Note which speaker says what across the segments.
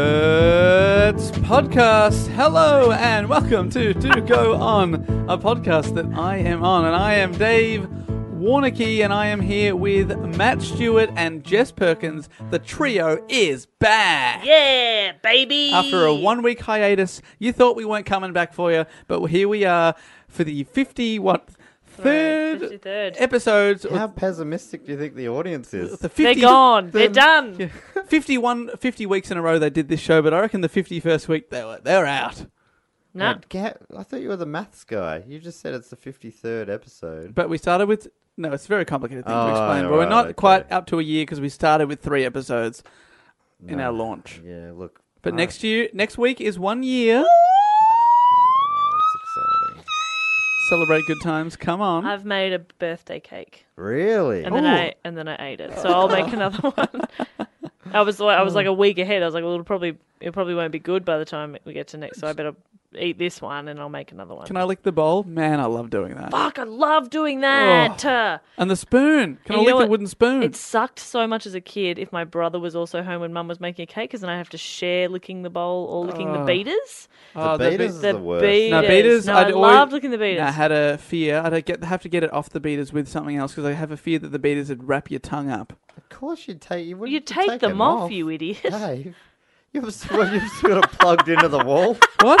Speaker 1: It's podcast. Hello and welcome to Do Go On, a podcast that I am on, and I am Dave Warnicky, and I am here with Matt Stewart and Jess Perkins. The trio is back.
Speaker 2: Yeah, baby.
Speaker 1: After a one week hiatus, you thought we weren't coming back for you, but here we are for the 50 what third,
Speaker 2: 53rd.
Speaker 1: episodes. or
Speaker 3: How pessimistic do you think the audience is?
Speaker 1: the 50
Speaker 2: They're gone.
Speaker 1: the-
Speaker 2: They're done.
Speaker 1: Yeah. 51 50 weeks in a row they did this show, but I reckon the 51st week they were they're out.
Speaker 2: No.
Speaker 3: I thought you were the maths guy. You just said it's the 53rd episode.
Speaker 1: But we started with no, it's a very complicated thing
Speaker 3: Oh,
Speaker 1: to explain.
Speaker 3: yeah,
Speaker 1: but we're
Speaker 3: right,
Speaker 1: not
Speaker 3: okay.
Speaker 1: quite up to a year because we started with three episodes in our launch.
Speaker 3: Yeah, look.
Speaker 1: But next year, next week is one year.
Speaker 3: That's exciting.
Speaker 1: Celebrate good times. Come on.
Speaker 2: I've made a birthday cake,
Speaker 3: Really?
Speaker 2: and then
Speaker 1: Oh.
Speaker 2: I and then I ate it. So I'll make another one. I was like, I was like
Speaker 1: Oh.
Speaker 2: a week ahead. I was like, well, it'll probably it probably won't be good by the time we get to next. So I better eat this one, and I'll make another one.
Speaker 1: Can I lick the bowl? Man, I love doing that.
Speaker 2: Fuck, I love doing that. Uh,
Speaker 1: And the spoon. Can I
Speaker 2: and you
Speaker 1: lick
Speaker 2: know
Speaker 1: the
Speaker 2: what?
Speaker 1: wooden spoon?
Speaker 2: It sucked so much as a kid if my brother was also home when mum was making a cake, because then I have to share licking the bowl or licking the beaters.
Speaker 1: Oh,
Speaker 3: the
Speaker 1: the
Speaker 3: beaters
Speaker 1: be-
Speaker 3: is
Speaker 2: The,
Speaker 3: the worst.
Speaker 2: beaters.
Speaker 1: No, beaters.
Speaker 2: No,
Speaker 1: I'd
Speaker 2: I
Speaker 1: always-
Speaker 2: loved looking the beaters.
Speaker 1: No, I had a fear. I'd get, have to get it off the beaters with something else because I have a fear that the beaters would wrap your tongue up.
Speaker 3: Of course you'd take you wouldn't
Speaker 2: you take, them off, you idiot.
Speaker 3: Dave. You've sort you've sort of plugged into the wall.
Speaker 1: What?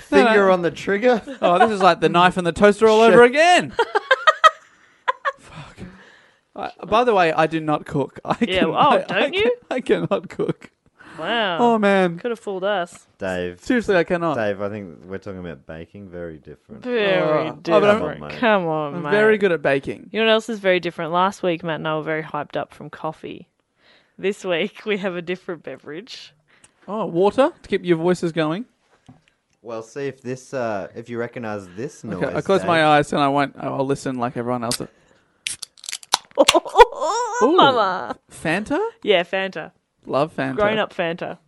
Speaker 3: Finger on the trigger.
Speaker 1: Oh, this is like the knife and the toaster all over again. Fuck. I, by the way, I do not cook. I
Speaker 2: Yeah,
Speaker 1: can,
Speaker 2: well,
Speaker 1: I-
Speaker 2: oh,
Speaker 1: I
Speaker 2: don't you?
Speaker 1: can- I cannot cook.
Speaker 2: Wow.
Speaker 1: Oh man,
Speaker 2: Could have fooled us.
Speaker 3: Dave.
Speaker 1: seriously, I cannot.
Speaker 3: Dave, I think we're talking about baking. Very different.
Speaker 2: Very
Speaker 1: Oh, but I'm-
Speaker 2: different.
Speaker 3: Come on, mate.
Speaker 2: Come on,
Speaker 1: I'm
Speaker 2: mate.
Speaker 1: very good at baking.
Speaker 2: You know what else is very different? Last week, Matt and I were very hyped up from coffee. This week, we have a different beverage.
Speaker 1: Oh, water to keep your voices going.
Speaker 3: Well, see if this uh if you recognise this noise.
Speaker 1: Okay, I close
Speaker 3: Dave.
Speaker 1: my eyes and I won't. I'll listen like everyone else. Ooh.
Speaker 2: Mama.
Speaker 1: Fanta,
Speaker 2: Yeah, Fanta.
Speaker 1: love Fanta.
Speaker 2: Grown up Fanta.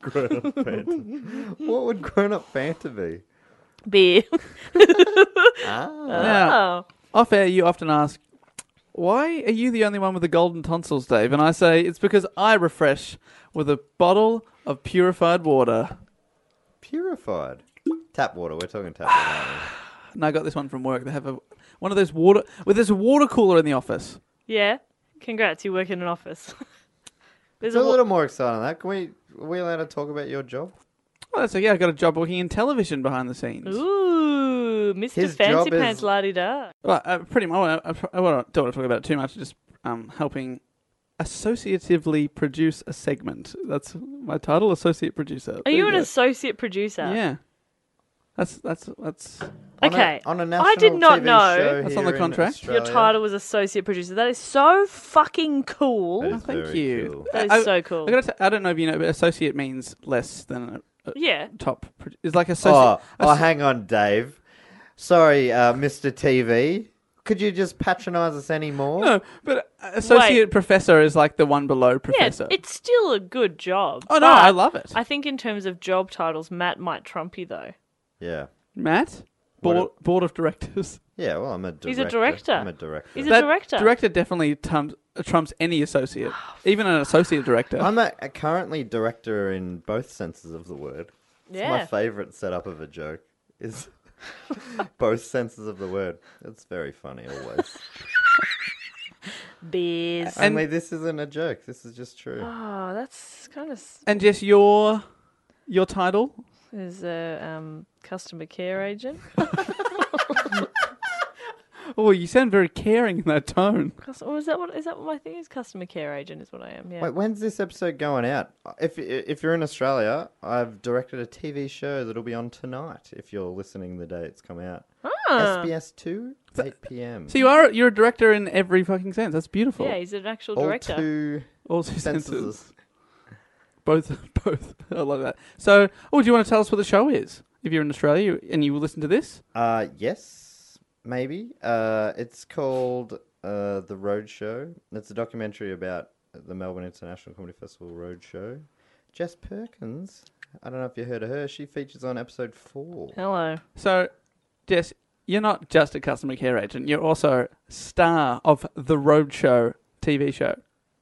Speaker 3: Grown-up Fanta. what would grown up Fanta be?
Speaker 2: Beer.
Speaker 1: Now,
Speaker 2: oh.
Speaker 1: off air, you often ask, why are you the only one with the golden tonsils, Dave? And I say, it's because I refresh with a bottle of purified water.
Speaker 3: Purified. Tap water, we're talking tap water. aren't we?
Speaker 1: And I got this one from work. They have a one of those water. Well, there's a water cooler in the office.
Speaker 2: Yeah. Congrats, you work in an office. There's
Speaker 3: It's a little more exciting than that. Can we are we allowed to talk about your job?
Speaker 1: Well, Oh, that's yeah. I got a job working in television behind the scenes.
Speaker 2: Ooh, Mr.
Speaker 3: His
Speaker 2: Fancy
Speaker 3: job is-
Speaker 2: Pants La Di Da.
Speaker 1: Well, I uh, pretty much. I, wanna- I, pr- I wanna- don't want to talk about it too much. Just um, helping associatively produce a segment. That's my title, associate producer.
Speaker 2: Are
Speaker 1: There
Speaker 2: you an
Speaker 1: go.
Speaker 2: associate producer?
Speaker 1: Yeah. That's that's that's.
Speaker 3: On a-
Speaker 2: Okay.
Speaker 3: On a, national
Speaker 2: I did not
Speaker 3: TV
Speaker 2: know.
Speaker 3: show
Speaker 1: That's on
Speaker 3: here
Speaker 1: the
Speaker 3: in
Speaker 1: contract. Your
Speaker 2: Your
Speaker 3: Australia.
Speaker 2: title was associate producer. That is so fucking
Speaker 3: That
Speaker 2: cool.
Speaker 3: is
Speaker 1: Oh, Thank
Speaker 3: very
Speaker 1: you. Uh,
Speaker 3: cool.
Speaker 2: That is
Speaker 1: I-
Speaker 2: so cool.
Speaker 1: I, gotta t- I don't know if you know, but associate means less than a,
Speaker 2: Yeah.
Speaker 1: top. pro- Is like
Speaker 3: Oh,
Speaker 1: associate.
Speaker 3: oh, hang on, Dave. Sorry, uh, Mr. TV. Could you just patronise us anymore?
Speaker 1: no, but associate professor is like the one below
Speaker 2: Yeah,
Speaker 1: professor.
Speaker 2: it's still a good job.
Speaker 1: Oh, no,
Speaker 2: but
Speaker 1: I love it.
Speaker 2: I think in terms of job titles, Matt might trump you though.
Speaker 3: Yeah.
Speaker 1: Matt,
Speaker 3: What
Speaker 1: board, board of directors.
Speaker 3: Yeah, well, I'm a director.
Speaker 2: He's a director.
Speaker 3: I'm a director.
Speaker 2: He's a
Speaker 1: That
Speaker 2: director.
Speaker 1: Director definitely trumps, trumps any associate, even an associate director.
Speaker 3: I'm a, a currently director in both senses of the word. It's
Speaker 2: Yeah.
Speaker 3: my favourite setup of a joke is both senses of the word. It's very funny always.
Speaker 2: Beers.
Speaker 3: Only this isn't a joke. This is just true.
Speaker 2: Oh, that's kind of s-
Speaker 1: and Jess, your your title.
Speaker 2: is a um, customer care agent.
Speaker 1: Oh, you sound very caring in that tone.
Speaker 2: Cus- Or is that what is that what my thing is? Customer care agent is what I am. Yeah.
Speaker 3: Wait, when's this episode going out? If if you're in Australia, I've directed a TV show that'll be on tonight. If you're listening the day it's come out,
Speaker 2: Ah.
Speaker 3: SBS two eight p.m.
Speaker 1: So you are you're a director in every fucking sense. That's beautiful.
Speaker 2: yeah, he's an actual
Speaker 3: All
Speaker 2: director.
Speaker 3: two
Speaker 1: All two senses.
Speaker 3: senses.
Speaker 1: Both, both. I love that. So, oh, do you want to tell us what the show is? If you're in Australia and you listen to this,
Speaker 3: Uh, yes, maybe. Uh, it's called uh, The Road Show. It's a documentary about the Melbourne International Comedy Festival Road Show. Jess Perkins, I don't know if you heard of her. She features on episode four.
Speaker 2: Hello.
Speaker 1: so Jess, you're not just a customer care agent. You're also star of the Roadshow TV show.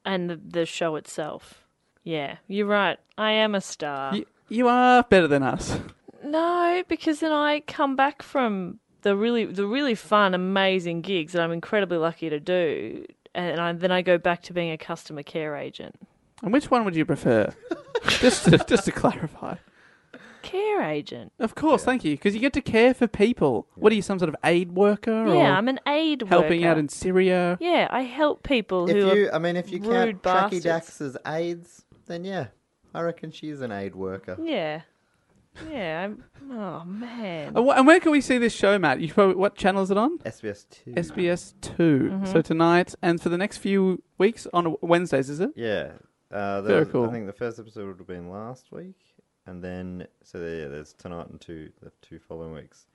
Speaker 2: And the, the show itself. Yeah, you're right. I am a star.
Speaker 1: You, you are better than us.
Speaker 2: No, because then I come back from the really the really fun, amazing gigs that I'm incredibly lucky to do, and I, then I go back to being a customer care agent.
Speaker 1: And which one would you prefer? just, to, just to clarify.
Speaker 2: Care agent.
Speaker 1: Of course, thank you. Because you get to care for people. What are you, some sort of aid worker? or
Speaker 2: Yeah, I'm an aid
Speaker 1: Oh. helping
Speaker 2: worker.
Speaker 1: out in Syria.
Speaker 2: Yeah, I help people
Speaker 3: If
Speaker 2: who are
Speaker 3: you, I mean, if you count
Speaker 2: rude
Speaker 3: Tracky
Speaker 2: bastards.
Speaker 3: Dax as AIDS, then yeah, I reckon she's an aid worker.
Speaker 2: Yeah. Yeah, I'm oh man.
Speaker 1: And, wh- and where can we see this show, Matt? You probably, what channel is it on?
Speaker 3: SBS two.
Speaker 1: SBS 2
Speaker 2: Mm-hmm.
Speaker 1: So tonight and for the next few weeks on Wednesdays, is it?
Speaker 3: Yeah. Uh, there
Speaker 1: Very
Speaker 3: was-
Speaker 1: cool.
Speaker 3: I think the first episode would have been last week, and then so there, yeah, there's tonight and two the two following weeks.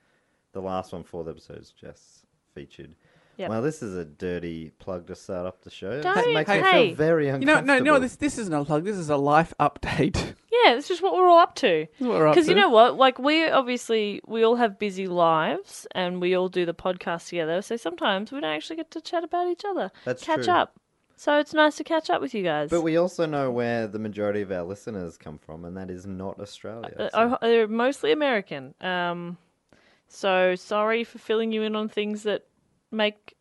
Speaker 3: The last one, fourth episode, is just featured.
Speaker 2: Yep.
Speaker 3: Well, this is a dirty plug to start up the show. This
Speaker 2: Don't-
Speaker 3: makes
Speaker 1: Hey,
Speaker 3: me
Speaker 2: hey.
Speaker 3: feel very
Speaker 1: You know,
Speaker 3: uncomfortable.
Speaker 1: no, no. This this isn't a plug. This is a life update.
Speaker 2: Yeah, it's just what we're all up to.
Speaker 1: is what we're up
Speaker 2: Because you
Speaker 1: to.
Speaker 2: know what? Like we obviously we all have busy lives and we all do the podcast together, so sometimes we don't actually get to chat about each other.
Speaker 3: That's
Speaker 2: catch
Speaker 3: true.
Speaker 2: up. So it's nice to catch up with you guys.
Speaker 3: But we also know where the majority of our listeners come from, and that is not Australia.
Speaker 2: Uh,
Speaker 3: so-
Speaker 2: uh, they're mostly American. Um, so sorry for filling you in on things that make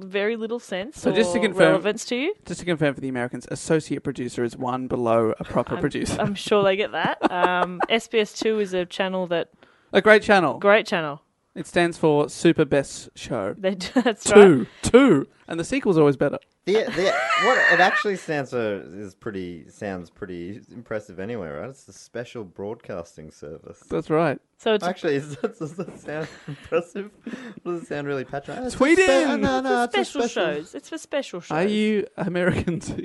Speaker 2: very little sense
Speaker 1: So just to
Speaker 2: or
Speaker 1: confirm-
Speaker 2: relevance to you.
Speaker 1: Just to confirm for the Americans, associate producer is one below a proper producer.
Speaker 2: I'm sure they get that. Um, SBS Two is a channel that
Speaker 1: a great channel.
Speaker 2: great channel.
Speaker 1: It stands for Super Best Show.
Speaker 2: They do, that's right.
Speaker 1: Two, two, and the sequel's always better.
Speaker 3: the, the, what it actually stands for is pretty sounds pretty impressive anyway, right? It's the special broadcasting service.
Speaker 1: That's right.
Speaker 2: So it's
Speaker 3: Actually, is that, does that sound impressive? Does it sound really patronising?
Speaker 1: Tweet in!
Speaker 3: No, no, it's a
Speaker 2: special, shows. It's for special shows.
Speaker 1: Are you Americans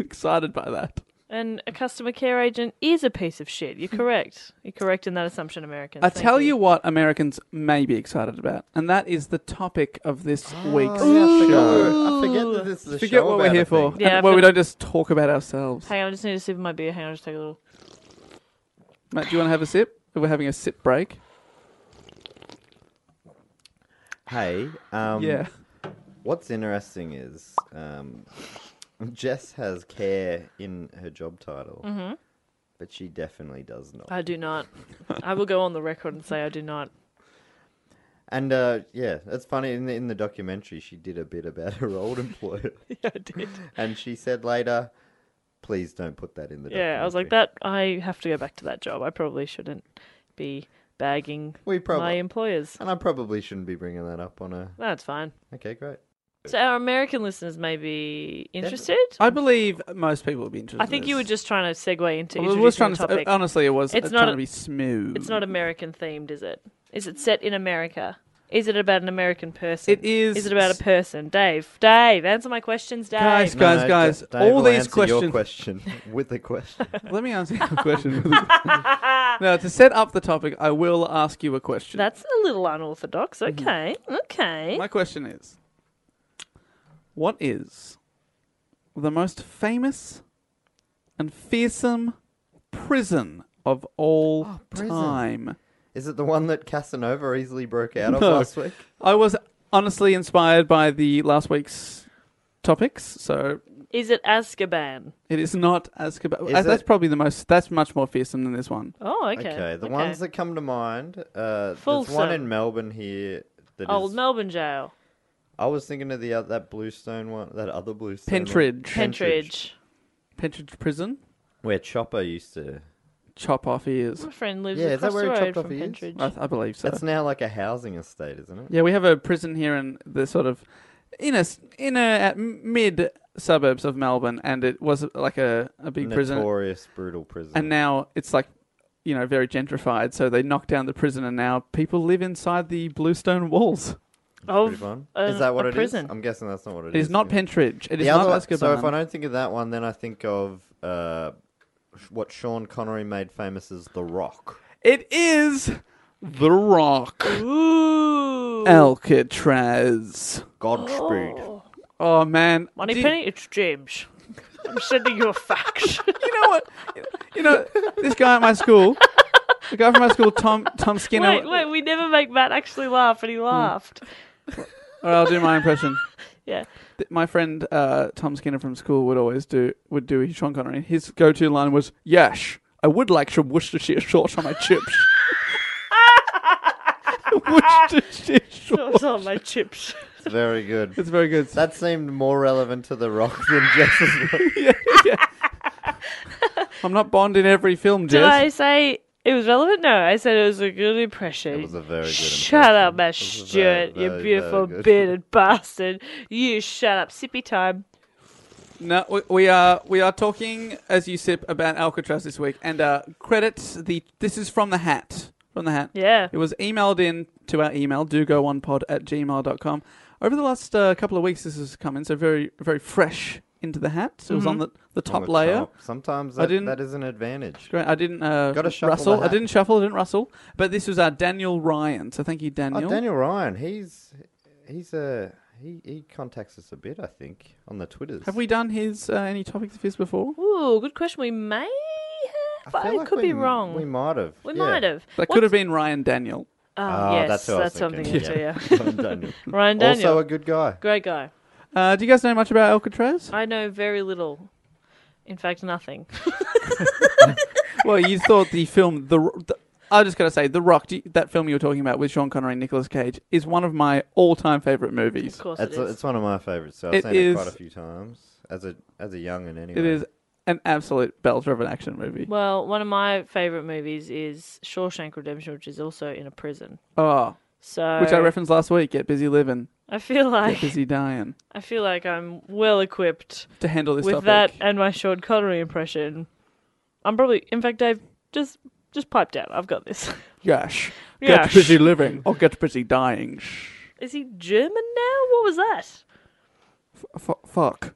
Speaker 1: excited by that?
Speaker 2: And a customer care agent is a piece of shit. You're correct. You're correct in that assumption, Americans.
Speaker 1: I
Speaker 2: Thank
Speaker 1: tell you what Americans may be excited about, and that is the topic of this week's
Speaker 3: Oh,
Speaker 1: show.
Speaker 3: yeah, I forget that this is a
Speaker 1: Forget
Speaker 3: show
Speaker 1: what we're
Speaker 3: about
Speaker 1: here
Speaker 3: a
Speaker 1: for.
Speaker 3: thing.
Speaker 2: Yeah,
Speaker 1: and where we
Speaker 2: but-
Speaker 1: don't just talk about ourselves.
Speaker 2: Hang on, I just need to sip my beer. Hang on, I'll just take a little.
Speaker 1: Matt, do you want to have a sip? We're having a sip break.
Speaker 3: Hey, um,
Speaker 1: yeah.
Speaker 3: what's interesting is um, Jess has care in her job title, but she definitely does not.
Speaker 2: Mm-hmm. I do not. I will go on the record and say I do not.
Speaker 3: And uh, yeah, that's funny. In the, in the documentary, she did a bit about her old employer,
Speaker 2: Yeah, I did.
Speaker 3: and she said later, "Please don't put that in the."
Speaker 2: Yeah, I was like
Speaker 3: documentary."
Speaker 2: that. I have to go back to that job. I probably shouldn't be bagging
Speaker 3: We probably-
Speaker 2: my employers.
Speaker 3: And I probably shouldn't be bringing that up on a.
Speaker 2: That's fine.
Speaker 3: Okay, great.
Speaker 2: So our American listeners may be interested.
Speaker 1: I believe most people would be interested.
Speaker 2: I think you were just trying to segue into
Speaker 1: I
Speaker 2: introducing
Speaker 1: was trying
Speaker 2: the
Speaker 1: to, uh, um,
Speaker 2: topic.
Speaker 1: honestly, it was
Speaker 2: It's
Speaker 1: uh,
Speaker 2: not
Speaker 1: trying
Speaker 2: a-
Speaker 1: to be smooth.
Speaker 2: It's not American themed, is it? Is it set in America? Is it about an American person?
Speaker 1: It is-
Speaker 2: Is it about a person? Dave. Dave, answer my questions, Dave.
Speaker 1: Guys, guys, guys, all these questions.
Speaker 3: question with a question.
Speaker 1: Let me answer your question. now, to set up the topic, I will ask you a question.
Speaker 2: That's a little unorthodox.
Speaker 1: Mm-hmm.
Speaker 2: Okay. Okay.
Speaker 1: My question is What is the most famous and fearsome prison of all
Speaker 3: prison.
Speaker 1: time?
Speaker 3: Is it the one that Casanova easily broke out of
Speaker 1: No.
Speaker 3: last week?
Speaker 1: I was honestly inspired by the last week's topics, so
Speaker 2: Is it Azkaban?
Speaker 1: it is not as Azkaban.
Speaker 3: Is
Speaker 1: that's
Speaker 3: it-
Speaker 1: probably the most, that's much more fearsome than this one.
Speaker 2: Oh, okay.
Speaker 3: Okay, the ones that come to mind. Uh, there's
Speaker 2: Folsom.
Speaker 3: one in Melbourne here. that is.
Speaker 2: Old Melbourne Jail.
Speaker 3: I was thinking of the uh, that Bluestone one, that other Bluestone. one.
Speaker 1: Pentridge.
Speaker 2: Pentridge.
Speaker 1: Pentridge Prison.
Speaker 3: where Chopper used to.
Speaker 1: Chop off ears.
Speaker 2: My friend lives
Speaker 3: Yeah, is that
Speaker 2: across
Speaker 3: where he
Speaker 2: the road
Speaker 3: chopped off
Speaker 2: from
Speaker 3: his ears?
Speaker 2: Pentridge.
Speaker 1: I, I believe so.
Speaker 3: That's now like a housing estate, isn't it?
Speaker 1: Yeah, we have a prison here in the sort of inner inner at mid suburbs of Melbourne, and it was uh, like a, a big prison,
Speaker 3: Notorious brutal prison.
Speaker 1: and now it's like you know very gentrified. So they knocked down the prison, and now people live inside the bluestone walls.
Speaker 3: Pretty
Speaker 2: Of
Speaker 3: fun.
Speaker 2: a-
Speaker 3: is that what
Speaker 2: a
Speaker 3: it is?
Speaker 2: prison.
Speaker 3: I'm guessing that's not what
Speaker 1: It is not Pentridge. It is
Speaker 3: the
Speaker 1: not
Speaker 3: other,
Speaker 1: Azkaban.
Speaker 3: so if I don't think of that one, then I think of uh, sh- what Sean Connery made famous as The Rock.
Speaker 1: it is the Rock,
Speaker 2: Ooh.
Speaker 1: Alcatraz.
Speaker 3: Godspeed.
Speaker 1: Oh man,
Speaker 2: Money
Speaker 1: Do you-
Speaker 2: Penny, it's James. I'm sending you a fax.
Speaker 1: You know what? You know this guy at my school, the guy from my school, Tom Tom Skinner.
Speaker 2: wait, wait, we never make Matt actually laugh, and
Speaker 1: Hmm.
Speaker 2: he laughed.
Speaker 1: Or I'll do my impression.
Speaker 2: Yeah.
Speaker 1: th- my friend uh, Tom Skinner from school would always do would do his Sean Connery. His go to line was "Yash, I would like some Worcestershire sauce on my chips." Worcestershire
Speaker 2: That
Speaker 1: sauce.
Speaker 2: was on my chips.
Speaker 3: Very good.
Speaker 1: It's very good.
Speaker 3: That seemed more relevant to The Rock than Jess's.
Speaker 1: I'm not Bond in every film,
Speaker 2: Did I
Speaker 1: Jess.
Speaker 2: say it was relevant? No, I said it was a good impression.
Speaker 3: It was a very good
Speaker 2: Shut up,
Speaker 3: impression.
Speaker 2: Matt
Speaker 3: It was very,
Speaker 2: Stewart, you
Speaker 3: very, very
Speaker 2: beautiful
Speaker 3: good.
Speaker 2: bearded bastard. You shut up. Sippy time.
Speaker 1: No, we, we are we are talking as you sip about Alcatraz this week, and uh, credits the this is from the hat from the hat.
Speaker 2: Yeah.
Speaker 1: It was emailed in to our email, do go on pod at gmail.com. Over the last uh, couple of weeks, this has come in, so very, very fresh into the hat. So it was on the, the
Speaker 3: Mm-hmm. On
Speaker 1: top
Speaker 3: the
Speaker 1: layer.
Speaker 3: top. Sometimes
Speaker 1: I
Speaker 3: that,
Speaker 1: didn't-
Speaker 3: that is an advantage.
Speaker 1: Great. I didn't uh,
Speaker 3: Gotta shuffle
Speaker 1: rustle.
Speaker 3: the
Speaker 1: I
Speaker 3: hat.
Speaker 1: didn't shuffle. I didn't rustle. But this was our Daniel Ryan. So thank you, Daniel.
Speaker 3: Oh, Daniel Ryan, he's he's a he, he contacts us a bit, I think, on the Twitters.
Speaker 1: Have we done his uh, any topics of his before?
Speaker 2: Ooh, good question. We may
Speaker 3: I
Speaker 2: have, but I
Speaker 3: feel like
Speaker 2: could
Speaker 3: we-
Speaker 2: be wrong.
Speaker 3: We might have.
Speaker 2: We
Speaker 3: yeah.
Speaker 2: might have.
Speaker 1: That
Speaker 2: What's-
Speaker 1: could have been Ryan Daniel.
Speaker 2: Oh,
Speaker 3: Ah,
Speaker 2: yes,
Speaker 3: that's
Speaker 2: that's,
Speaker 3: who I was
Speaker 2: something.
Speaker 3: thinking,
Speaker 2: else, Yeah.
Speaker 3: Daniel.
Speaker 2: Ryan Daniel,
Speaker 3: Also a good guy.
Speaker 2: great guy.
Speaker 1: Uh, do you guys know much about Alcatraz?
Speaker 2: I know very little. In fact, nothing.
Speaker 1: well, you thought the film the. R- the I just gotta say, The Rock, do you- that film you were talking about with Sean Connery and Nicolas Cage, is one of my all-time favorite movies.
Speaker 2: Of course,
Speaker 3: It's,
Speaker 2: it is.
Speaker 3: it's one of my favorites. So I've
Speaker 1: It
Speaker 3: seen it quite a
Speaker 1: is-
Speaker 3: few times as a as a young and anyway.
Speaker 1: It is an absolute belter of an action movie.
Speaker 2: Well, one of my favorite movies is Shawshank Redemption, which is also in a prison.
Speaker 1: Oh,
Speaker 2: So,
Speaker 1: which I referenced last week. Get busy living,
Speaker 2: I feel
Speaker 1: get
Speaker 2: like
Speaker 1: busy dying
Speaker 2: I feel like I'm well equipped
Speaker 1: to handle this
Speaker 2: with
Speaker 1: topic.
Speaker 2: that and my Sean Connery impression. I'm probably, in fact, Dave, just just piped out. I've got this.
Speaker 1: Yes.
Speaker 2: Yeah,
Speaker 1: Get busy living or get busy dying. Shh.
Speaker 2: Is he German now? What was that?
Speaker 1: F- fuck.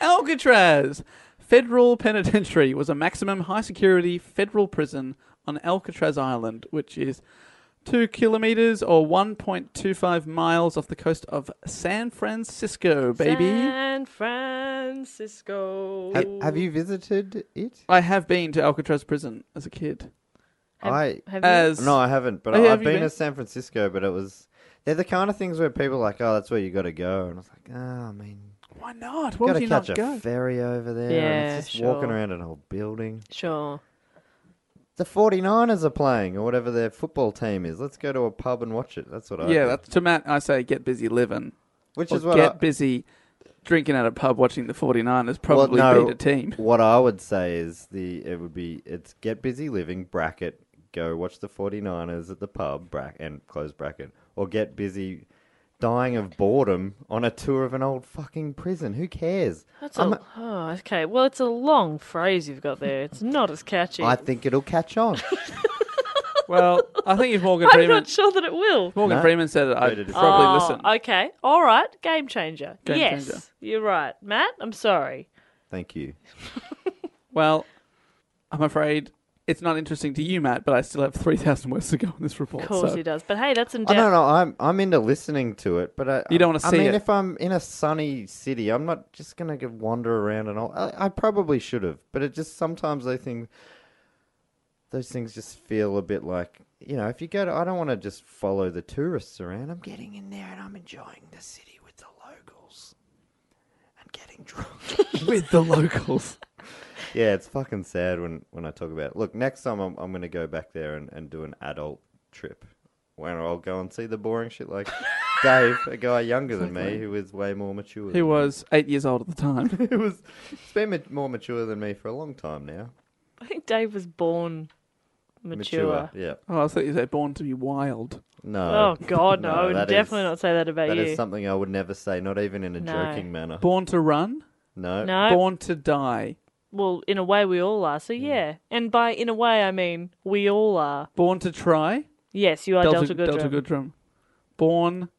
Speaker 1: Alcatraz! Federal Penitentiary was a maximum high security federal prison on Alcatraz Island, which is two kilometers or 1.25 miles off the coast of San Francisco, baby.
Speaker 2: San Francisco.
Speaker 3: Have, have you visited it?
Speaker 1: I have been to Alcatraz prison as a kid.
Speaker 2: Have-
Speaker 3: I
Speaker 2: have you-
Speaker 1: As
Speaker 3: no, I haven't. But
Speaker 1: Oh,
Speaker 3: I,
Speaker 1: yeah, have
Speaker 3: I've
Speaker 1: you
Speaker 3: been,
Speaker 1: been?
Speaker 3: to San Francisco, but it was they're the kind of things where people are like, oh, that's where you got to go, and I was like, ah, I mean,
Speaker 1: why not? Why
Speaker 3: got
Speaker 1: would
Speaker 3: to
Speaker 1: you
Speaker 3: catch
Speaker 1: not
Speaker 3: a
Speaker 1: go?
Speaker 3: ferry over there. and
Speaker 2: Yeah,
Speaker 3: it's just walking
Speaker 2: sure.
Speaker 3: around an old building.
Speaker 2: sure.
Speaker 3: The 49ers are playing, or whatever their football team is. Let's go to a pub and watch it. That's what I
Speaker 1: yeah,
Speaker 3: do.
Speaker 1: that's, to Matt, I say get busy living.
Speaker 3: which
Speaker 1: Or
Speaker 3: is what
Speaker 1: get
Speaker 3: I,
Speaker 1: busy drinking at a pub watching the 49ers probably
Speaker 3: well, no,
Speaker 1: beat a team.
Speaker 3: What I would say is the it would be it's get busy living bracket go watch the 49ers at the pub bracket and close bracket or get busy dying of boredom on a tour of an old fucking prison. Who cares?
Speaker 2: That's
Speaker 3: I'm-
Speaker 2: a, oh, okay. Well, it's a long phrase you've got there. It's not as catchy.
Speaker 3: I think it'll catch on.
Speaker 1: Well, I think if Morgan
Speaker 2: I'm
Speaker 1: Freeman
Speaker 2: not sure that it will.
Speaker 1: Morgan
Speaker 3: No.
Speaker 1: Freeman said it,
Speaker 3: Rated
Speaker 1: I'd
Speaker 3: it.
Speaker 1: probably
Speaker 2: Oh,
Speaker 1: listen.
Speaker 2: Okay. All right. Game changer.
Speaker 1: Game
Speaker 2: yes.
Speaker 1: changer.
Speaker 2: You're right. Matt, I'm sorry.
Speaker 3: Thank you.
Speaker 1: Well, I'm afraid it's not interesting to you, Matt, but I still have 3,000 words to go on this report.
Speaker 2: Of course
Speaker 1: so-
Speaker 2: he does. But hey, that's in
Speaker 3: I
Speaker 2: depth.
Speaker 3: don't know. I'm I'm into listening to it, but I
Speaker 1: You don't wanna
Speaker 3: I
Speaker 1: see
Speaker 3: mean,
Speaker 1: it.
Speaker 3: if I'm in a sunny city, I'm not just gonna go wander around and all. I, I probably should have, but it just sometimes they think those things just feel a bit like you know. If you go, to, I don't want to just follow the tourists around. I'm getting in there and I'm enjoying the city with the locals and getting drunk.
Speaker 1: With the locals.
Speaker 3: yeah, it's fucking sad when when I talk about. it. Look, next time I'm I'm gonna go back there and, and do an adult trip, where I'll go and see the boring shit like Dave, a guy younger than me who was way more mature.
Speaker 1: He
Speaker 3: than
Speaker 1: was eight years old at the time.
Speaker 3: me. He was. He's been ma- more mature than me for a long time now.
Speaker 2: I think Dave was born mature.
Speaker 3: Yeah.
Speaker 1: Oh, I thought you said born to be wild.
Speaker 3: No.
Speaker 2: Oh, God, no. I would
Speaker 3: that
Speaker 2: definitely
Speaker 3: is-
Speaker 2: not say that about
Speaker 3: That
Speaker 2: you.
Speaker 3: is something I would never say, not even in a
Speaker 2: No.
Speaker 3: joking manner.
Speaker 1: Born to run,
Speaker 3: No.
Speaker 2: no.
Speaker 1: born to die,
Speaker 2: Well, in a way, we all are.
Speaker 3: Mm.
Speaker 2: So, yeah. And by in a way, I mean we all are.
Speaker 1: born to try.
Speaker 2: Yes, you are Delta, Goodrum.
Speaker 1: Delta Goodrum. Born,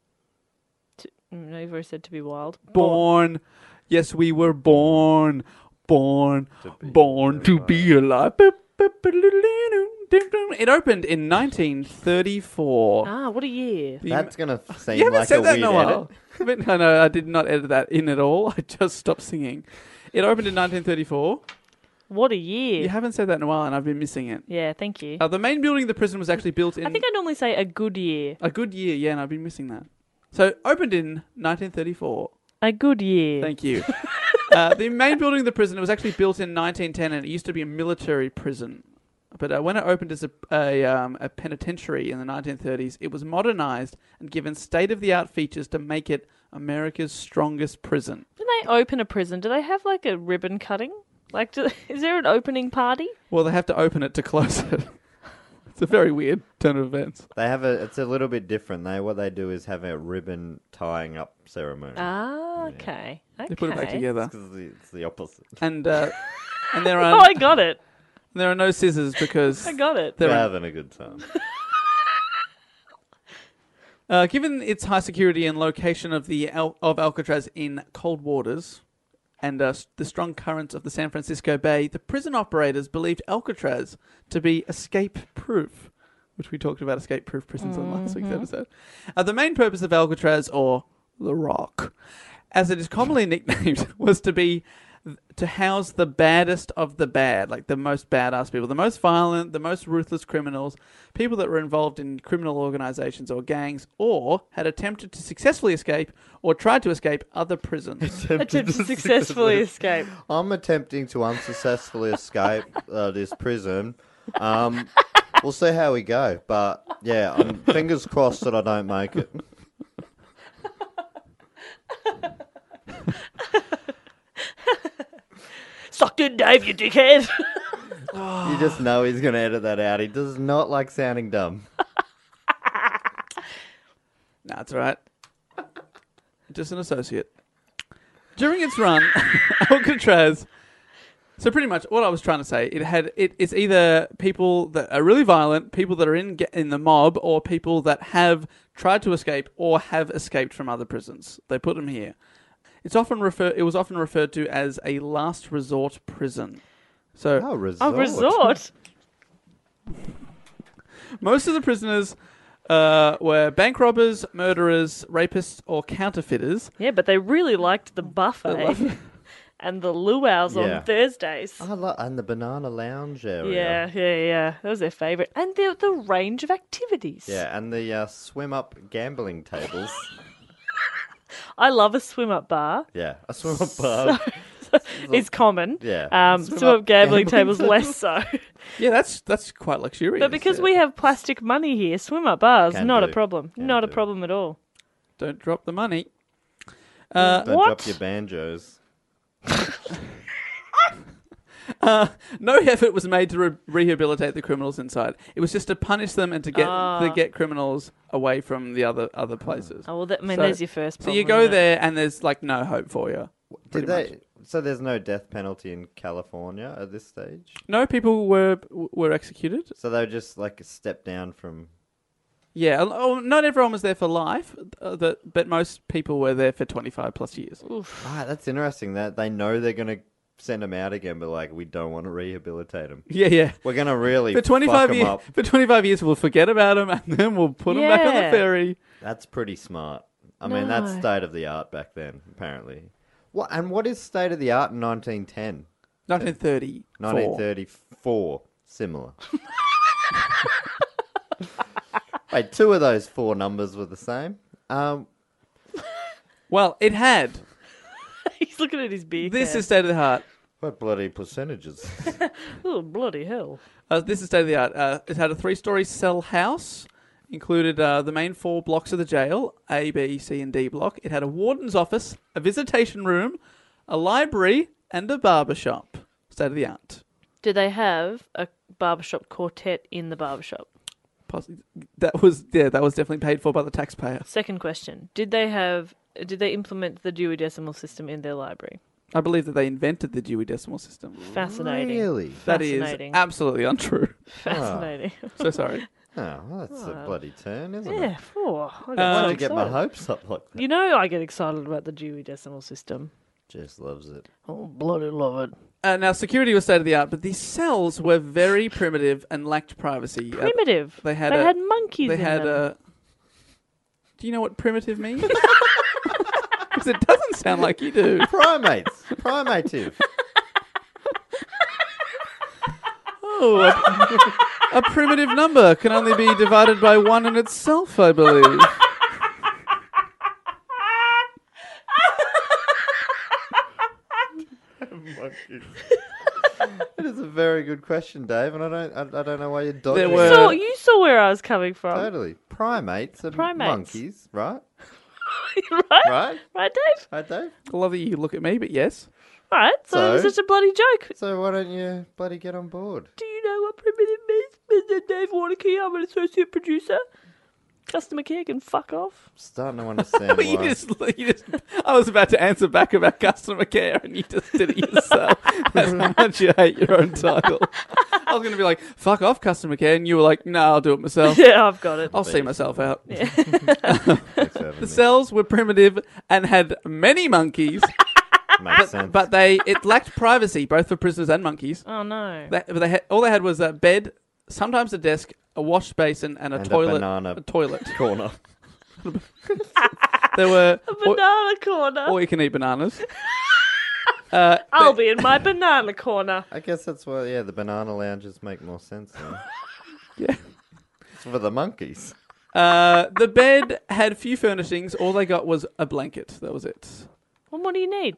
Speaker 2: Mm, No, you've already said to be wild.
Speaker 1: born. Yes, we were born, born, born to be alive. It opened in 1934.
Speaker 2: Ah, what a year.
Speaker 1: The-
Speaker 3: That's gonna f- seem
Speaker 1: you haven't
Speaker 3: like
Speaker 1: said
Speaker 3: a
Speaker 1: that in
Speaker 3: weird
Speaker 1: a
Speaker 3: edit.
Speaker 1: while. I mean, no, no, I did not edit that in at all. I just stopped singing. It opened in 1934.
Speaker 2: What a year.
Speaker 1: You haven't said that in a while, and I've been missing it.
Speaker 2: yeah, thank you.
Speaker 1: Uh, the main building of the prison was actually built in
Speaker 2: I think I normally say a good year.
Speaker 1: a good year, yeah, and I've been missing that. So, opened in 1934.
Speaker 2: A good year.
Speaker 1: Thank you. uh, the main building of the prison it was actually built in 1910, and it used to be a military prison. But uh, when it opened as a, a, um, a penitentiary in the 1930s, it was modernized and given state of the art features to make it America's strongest prison.
Speaker 2: When they open a prison, do they have like a ribbon cutting? Like, do, is there an opening party?
Speaker 1: Well, they have to open it to close it. it's a very weird turn of events.
Speaker 3: They have a. It's a little bit different. They what they do is have a ribbon tying up ceremony.
Speaker 2: Ah, okay.
Speaker 1: They put it back
Speaker 2: okay.
Speaker 1: together,
Speaker 3: It's 'cause the- it's the opposite.
Speaker 1: and uh, and there are
Speaker 2: Oh, I got it.
Speaker 1: there are no scissors because
Speaker 2: I got it.
Speaker 3: They're
Speaker 1: there are
Speaker 3: having a good time.
Speaker 1: Uh, given its high security and location of the Al- of Alcatraz in cold waters, and uh, s- the strong currents of the San Francisco Bay, the prison operators believed Alcatraz to be escape-proof, which we talked about escape-proof prisons on last week's episode. Uh, the main purpose of Alcatraz, or the Rock, as it is commonly nicknamed, was to be to house the baddest of the bad, like the most badass people, the most violent, the most ruthless criminals, people that were involved in criminal organizations or gangs, or had attempted to successfully escape or tried to escape other prisons.
Speaker 2: Attempt to successfully escape.
Speaker 3: I'm attempting to unsuccessfully escape uh, this prison. Um, we'll see how we go, but yeah, I'm fingers crossed that I don't make it.
Speaker 2: Sucked in, Dave, you dickhead.
Speaker 3: You just know he's going to edit that out. He does not like sounding dumb.
Speaker 1: nah, that's all right. Just an associate. During its run, Alcatraz. So pretty much, what I was trying to say, it had it, it's either people that are really violent, people that are in ge- in the mob, or people that have tried to escape or have escaped from other prisons. They put them here. It's often refer. It was often referred to as a last resort prison. So
Speaker 3: Oh, resort.
Speaker 2: A resort.
Speaker 1: Most of the prisoners uh, were bank robbers, murderers, rapists, or counterfeiters.
Speaker 2: Yeah, but they really liked the buffet and the luau's
Speaker 3: Yeah. Oh,
Speaker 2: on Thursdays.
Speaker 3: I lo- and the banana lounge
Speaker 2: Yeah,
Speaker 3: area.
Speaker 2: yeah, yeah. That was their favourite. And the, the range of activities.
Speaker 3: Yeah, and the uh, swim up gambling tables.
Speaker 2: I love a swim up bar.
Speaker 3: Yeah, a swim up bar.
Speaker 2: It's common.
Speaker 3: Yeah.
Speaker 2: Um,
Speaker 3: Swim
Speaker 2: swim,
Speaker 3: up
Speaker 2: up gambling,
Speaker 3: gambling
Speaker 2: tables less so.
Speaker 1: Yeah, that's that's quite luxurious.
Speaker 2: But because we have plastic money here, swim up bars
Speaker 3: Can
Speaker 2: not
Speaker 3: do.
Speaker 2: a problem.
Speaker 3: Can
Speaker 2: not
Speaker 3: do.
Speaker 2: a problem at all.
Speaker 1: don't drop the money.
Speaker 3: Don't drop
Speaker 2: what?
Speaker 3: your banjos.
Speaker 1: No effort was made to re- rehabilitate the criminals inside. It was just to punish them and to get
Speaker 2: Ah.
Speaker 1: to get criminals away from the other other places.
Speaker 2: Oh, well, that, I mean,
Speaker 1: So-
Speaker 2: there's your first.
Speaker 1: So
Speaker 2: Problem,
Speaker 1: you go
Speaker 2: isn't it?
Speaker 1: there and there's like no hope for you.
Speaker 3: Did
Speaker 1: Pretty
Speaker 3: they,
Speaker 1: much.
Speaker 3: so there's no death penalty in California at this stage?
Speaker 1: No people were were executed.
Speaker 3: So they were just like a step down from
Speaker 1: Yeah, oh, not everyone was there for life, uh, the- but most people were there for 25 plus years.
Speaker 3: Right, Ah, that's interesting. That they know they're going to send them out again, but like we don't want to rehabilitate them.
Speaker 1: Yeah, yeah.
Speaker 3: We're going to really
Speaker 1: For 25
Speaker 3: fuck 'em
Speaker 1: years,
Speaker 3: up.
Speaker 1: for 25 years we'll forget about them and then we'll put them back on
Speaker 2: Yeah.
Speaker 1: the ferry.
Speaker 3: That's pretty smart. I mean, that's
Speaker 2: No.
Speaker 3: state of the art back then, apparently. What and what is state of the art in 1910?
Speaker 1: 1930.
Speaker 3: 1934, similar. Wait, two of those four numbers were the same. Um,
Speaker 1: Well, it had.
Speaker 2: He's looking at his beard.
Speaker 1: This
Speaker 2: cap.
Speaker 1: is state of the heart.
Speaker 3: what bloody percentages?
Speaker 2: oh bloody hell.
Speaker 1: Uh, this is state of the art. Uh, it had a three-story cell house, included uh, the main four blocks of the jail, A, B, C, and D block. It had a warden's office, a visitation room, a library, and a barber shop. State of the art.
Speaker 2: Do they have a barbershop quartet in the barbershop?
Speaker 1: Poss- That was yeah, that was definitely paid for by the taxpayer.
Speaker 2: Second question: Did they have? Did they implement the Dewey Decimal System in their library?
Speaker 1: I believe that they invented the Dewey Decimal System.
Speaker 2: Fascinating.
Speaker 3: really?
Speaker 1: That is
Speaker 2: Fascinating.
Speaker 1: absolutely untrue.
Speaker 2: Fascinating.
Speaker 1: So sorry.
Speaker 3: Oh, well, that's a bloody turn, isn't it?
Speaker 2: yeah. Four. I got
Speaker 3: Why
Speaker 2: so
Speaker 3: did you get my
Speaker 2: excited.
Speaker 3: hopes up like that?
Speaker 2: You know, I get excited about the Dewey Decimal System.
Speaker 3: Just loves it.
Speaker 2: Oh, bloody love it.
Speaker 1: Uh, now security was state of the art, but these cells were very primitive and lacked privacy. Uh,
Speaker 2: Primitive.
Speaker 1: they had
Speaker 2: they
Speaker 1: a-
Speaker 2: had monkeys.
Speaker 1: they
Speaker 2: in
Speaker 1: had
Speaker 2: them.
Speaker 1: a. Do you know what primitive means? Because it doesn't sound like you do.
Speaker 3: Primates, primative.
Speaker 1: Oh, a, a primitive number can only be divided by one in itself, I believe.
Speaker 3: That is a very good question, Dave, and I don't, I, I don't know why you're dodging.
Speaker 1: There
Speaker 3: it.
Speaker 1: were-
Speaker 2: So you saw where I was coming from,
Speaker 3: totally primates and
Speaker 2: Primates.
Speaker 3: monkeys, right?
Speaker 2: right?
Speaker 3: Right,
Speaker 2: Right, Dave?
Speaker 3: right, Dave.
Speaker 1: I love that you look at me, but yes.
Speaker 2: All right. So, it was
Speaker 3: So?
Speaker 2: just a bloody joke.
Speaker 3: So why don't you bloody get on board?
Speaker 2: Do you know what primitive means? Mr. Dave Warnicky, I'm an associate producer. Customer care can fuck off.
Speaker 3: Starting to understand
Speaker 1: But Oh, you
Speaker 3: why.
Speaker 1: just, you just, I was about to answer back about customer care, and you just did it yourself. That's how much you hate your own title. I was going to be like, "Fuck off, customer care," and you were like, "No, I'll do it myself.
Speaker 2: Yeah, I've got it.
Speaker 1: I'll see myself out."
Speaker 3: Thanks for having
Speaker 1: The
Speaker 3: me.
Speaker 1: cells were primitive and had many monkeys,
Speaker 3: Makes sense.
Speaker 1: but they it lacked privacy both for prisoners and monkeys.
Speaker 2: Oh no.
Speaker 1: They, but they had, all they had was a bed, sometimes a desk, a wash basin, and a
Speaker 3: And a
Speaker 1: toilet.
Speaker 3: banana.
Speaker 1: toilet.
Speaker 3: corner.
Speaker 1: There were or,
Speaker 2: Banana corner.
Speaker 1: or you can eat bananas. Uh,
Speaker 2: I'll be in my banana corner.
Speaker 3: I guess that's why. Yeah, the banana lounges make more sense. Now.
Speaker 1: Yeah.
Speaker 3: It's for the monkeys.
Speaker 1: Uh, the bed had few furnishings. All they got was a blanket. That was it.
Speaker 2: Well, what do you need?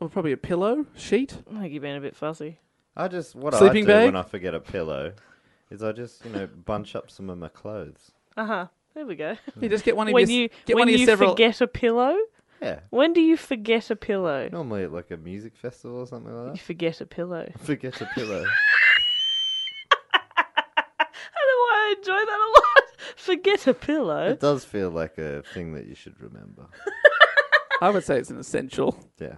Speaker 1: Or probably a pillow sheet.
Speaker 2: I think you've been a bit fussy.
Speaker 3: I just what
Speaker 1: Sleeping
Speaker 3: I do
Speaker 1: bag?
Speaker 3: when I forget a pillow is I just you know bunch up some of my clothes.
Speaker 2: Uh huh. There we go.
Speaker 1: You just get one of
Speaker 2: When
Speaker 1: your
Speaker 2: you
Speaker 1: get
Speaker 2: when
Speaker 1: one of
Speaker 2: you
Speaker 1: your several.
Speaker 2: forget a pillow,
Speaker 3: Yeah,
Speaker 2: when do you forget a pillow?
Speaker 3: normally at like a music festival or something like
Speaker 2: You
Speaker 3: that.
Speaker 2: forget a pillow. I
Speaker 3: Forget a pillow.
Speaker 2: don't know why I enjoy that a lot. Forget a pillow.
Speaker 3: It does feel like a thing that you should remember.
Speaker 1: I would say it's an essential.
Speaker 3: Yeah.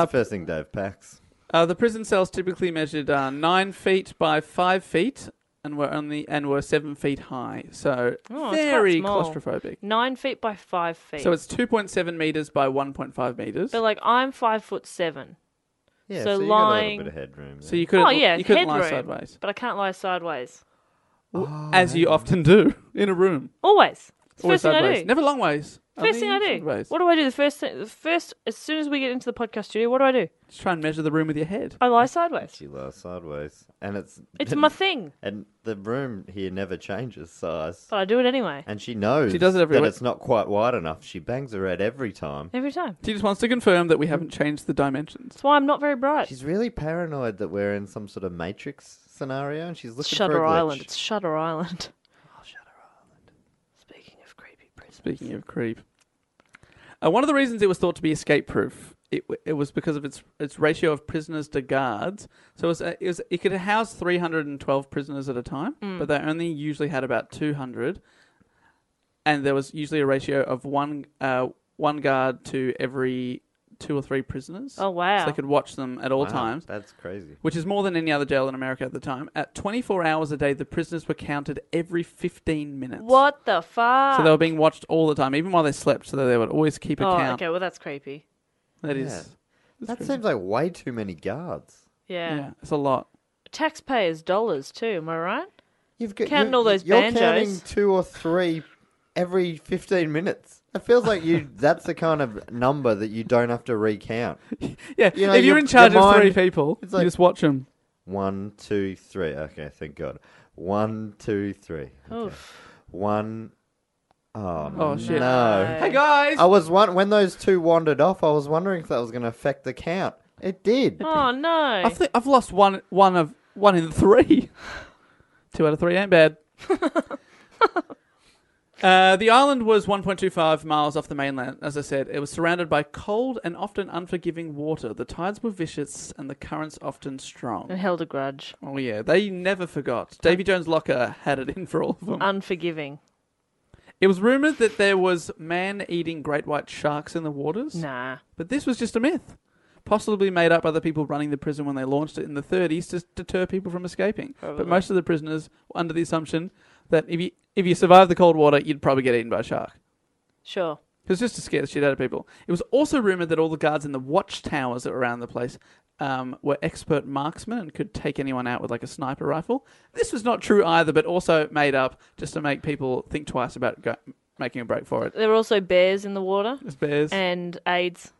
Speaker 3: It's the first thing Dave packs.
Speaker 1: Uh, the prison cells typically measured uh, nine feet by five feet, and were only and were seven feet high. So
Speaker 2: Oh, it's quite
Speaker 1: very
Speaker 2: small.
Speaker 1: claustrophobic.
Speaker 2: Nine feet by five feet.
Speaker 1: So it's two point seven meters by one point five meters.
Speaker 2: but like I'm five foot seven.
Speaker 3: Yeah,
Speaker 2: So
Speaker 3: so, you
Speaker 2: lying-
Speaker 3: got a little bit of headroom.
Speaker 1: So
Speaker 3: there.
Speaker 1: you couldn't.
Speaker 2: oh yeah,
Speaker 1: you couldn't
Speaker 2: headroom,
Speaker 1: lie sideways,
Speaker 2: But I can't lie sideways.
Speaker 1: as you often do in a room.
Speaker 2: Always. It's the
Speaker 1: Always
Speaker 2: first thing I
Speaker 1: sideways,
Speaker 2: do.
Speaker 1: never long ways.
Speaker 2: First thing I do.
Speaker 1: Sideways.
Speaker 2: What do I do? The first thing, the first, as soon as we get into the podcast studio, what do I do?
Speaker 1: Just try and measure the room with your head.
Speaker 2: I lie sideways.
Speaker 3: She lies sideways, and it's
Speaker 2: It's my thing,
Speaker 3: and the room here never changes size.
Speaker 2: but I do it anyway.
Speaker 3: And she knows
Speaker 1: She does it every
Speaker 3: that
Speaker 1: week.
Speaker 3: it's not quite wide enough. She bangs her head every time.
Speaker 2: Every time.
Speaker 1: She just wants to confirm that we haven't changed the dimensions.
Speaker 2: That's why I'm not very bright.
Speaker 3: She's really paranoid that we're in some sort of matrix scenario, and she's
Speaker 2: It's
Speaker 3: looking for a
Speaker 2: Shutter
Speaker 3: glitch.
Speaker 2: Island. It's Shutter Island. Speaking of creepy prisons.
Speaker 1: Speaking of creep, uh, one of the reasons it was thought to be escape-proof it, w- it was because of its its ratio of prisoners to guards. So it was, uh, it, was, it could house 312 prisoners at a time,
Speaker 2: Mm.
Speaker 1: but they only usually had about 200, and there was usually a ratio of one uh, one guard to every two or three prisoners.
Speaker 2: Oh, wow.
Speaker 1: So they could watch them at all times,
Speaker 4: That's crazy.
Speaker 1: which is more than any other jail in America at the time. At 24 hours a day, the prisoners were counted every 15 minutes.
Speaker 2: What the fuck?
Speaker 1: So they were being watched all the time, even while they slept, so that they would always keep a
Speaker 2: oh,
Speaker 1: count.
Speaker 2: okay. Well, that's creepy.
Speaker 1: That is,
Speaker 3: That seems like way too many guards.
Speaker 2: Yeah.
Speaker 1: yeah. it's a lot.
Speaker 2: Taxpayers' dollars too. Am I right?
Speaker 3: You've got
Speaker 2: Counting
Speaker 3: you're-
Speaker 2: all those
Speaker 3: you're
Speaker 2: banjos.
Speaker 3: counting two or three every fifteen minutes. It feels like you. that's the kind of number that you don't have to recount.
Speaker 1: Yeah,
Speaker 3: You know,
Speaker 1: if you're
Speaker 3: your-
Speaker 1: in charge
Speaker 3: your
Speaker 1: of three
Speaker 3: mind-
Speaker 1: people,
Speaker 3: it's
Speaker 1: you
Speaker 3: like-
Speaker 1: just watch them.
Speaker 3: One, two, three. Okay, thank God. One, two, three.
Speaker 2: Oof.
Speaker 3: One. Oh,
Speaker 1: Oh, shit.
Speaker 3: No.
Speaker 1: Hey guys,
Speaker 3: I was one when those two wandered off. I was wondering if that was going to affect the count. It did.
Speaker 2: Oh no.
Speaker 1: I think I've lost one, one of one in three. Two out of three ain't bad. Uh, the island was 1.25 miles off the mainland. As I said, it was surrounded by cold and often unforgiving water. The tides were vicious and the currents often
Speaker 2: and
Speaker 1: strong.
Speaker 2: held a grudge.
Speaker 1: Oh yeah, they never forgot. Davy Jones Locker had it in for all of them.
Speaker 2: Unforgiving.
Speaker 1: It was rumored that there was man-eating great white sharks in the waters.
Speaker 2: Nah.
Speaker 1: But this was just a myth, possibly made up by the people running the prison when they launched it in the 30s to deter people from escaping. But most of the prisoners were under the assumption that if you if you survived the cold water, you'd probably get eaten by a shark.
Speaker 2: Sure.
Speaker 1: It was just to scare the shit out of people. It was also rumored that all the guards in the watchtowers that were around the place um, were expert marksmen and could take anyone out with like a sniper rifle. This was not true either, but also made up just to make people think twice about go- making a break for it.
Speaker 2: There were also bears in the water
Speaker 1: There's bears.
Speaker 2: and AIDS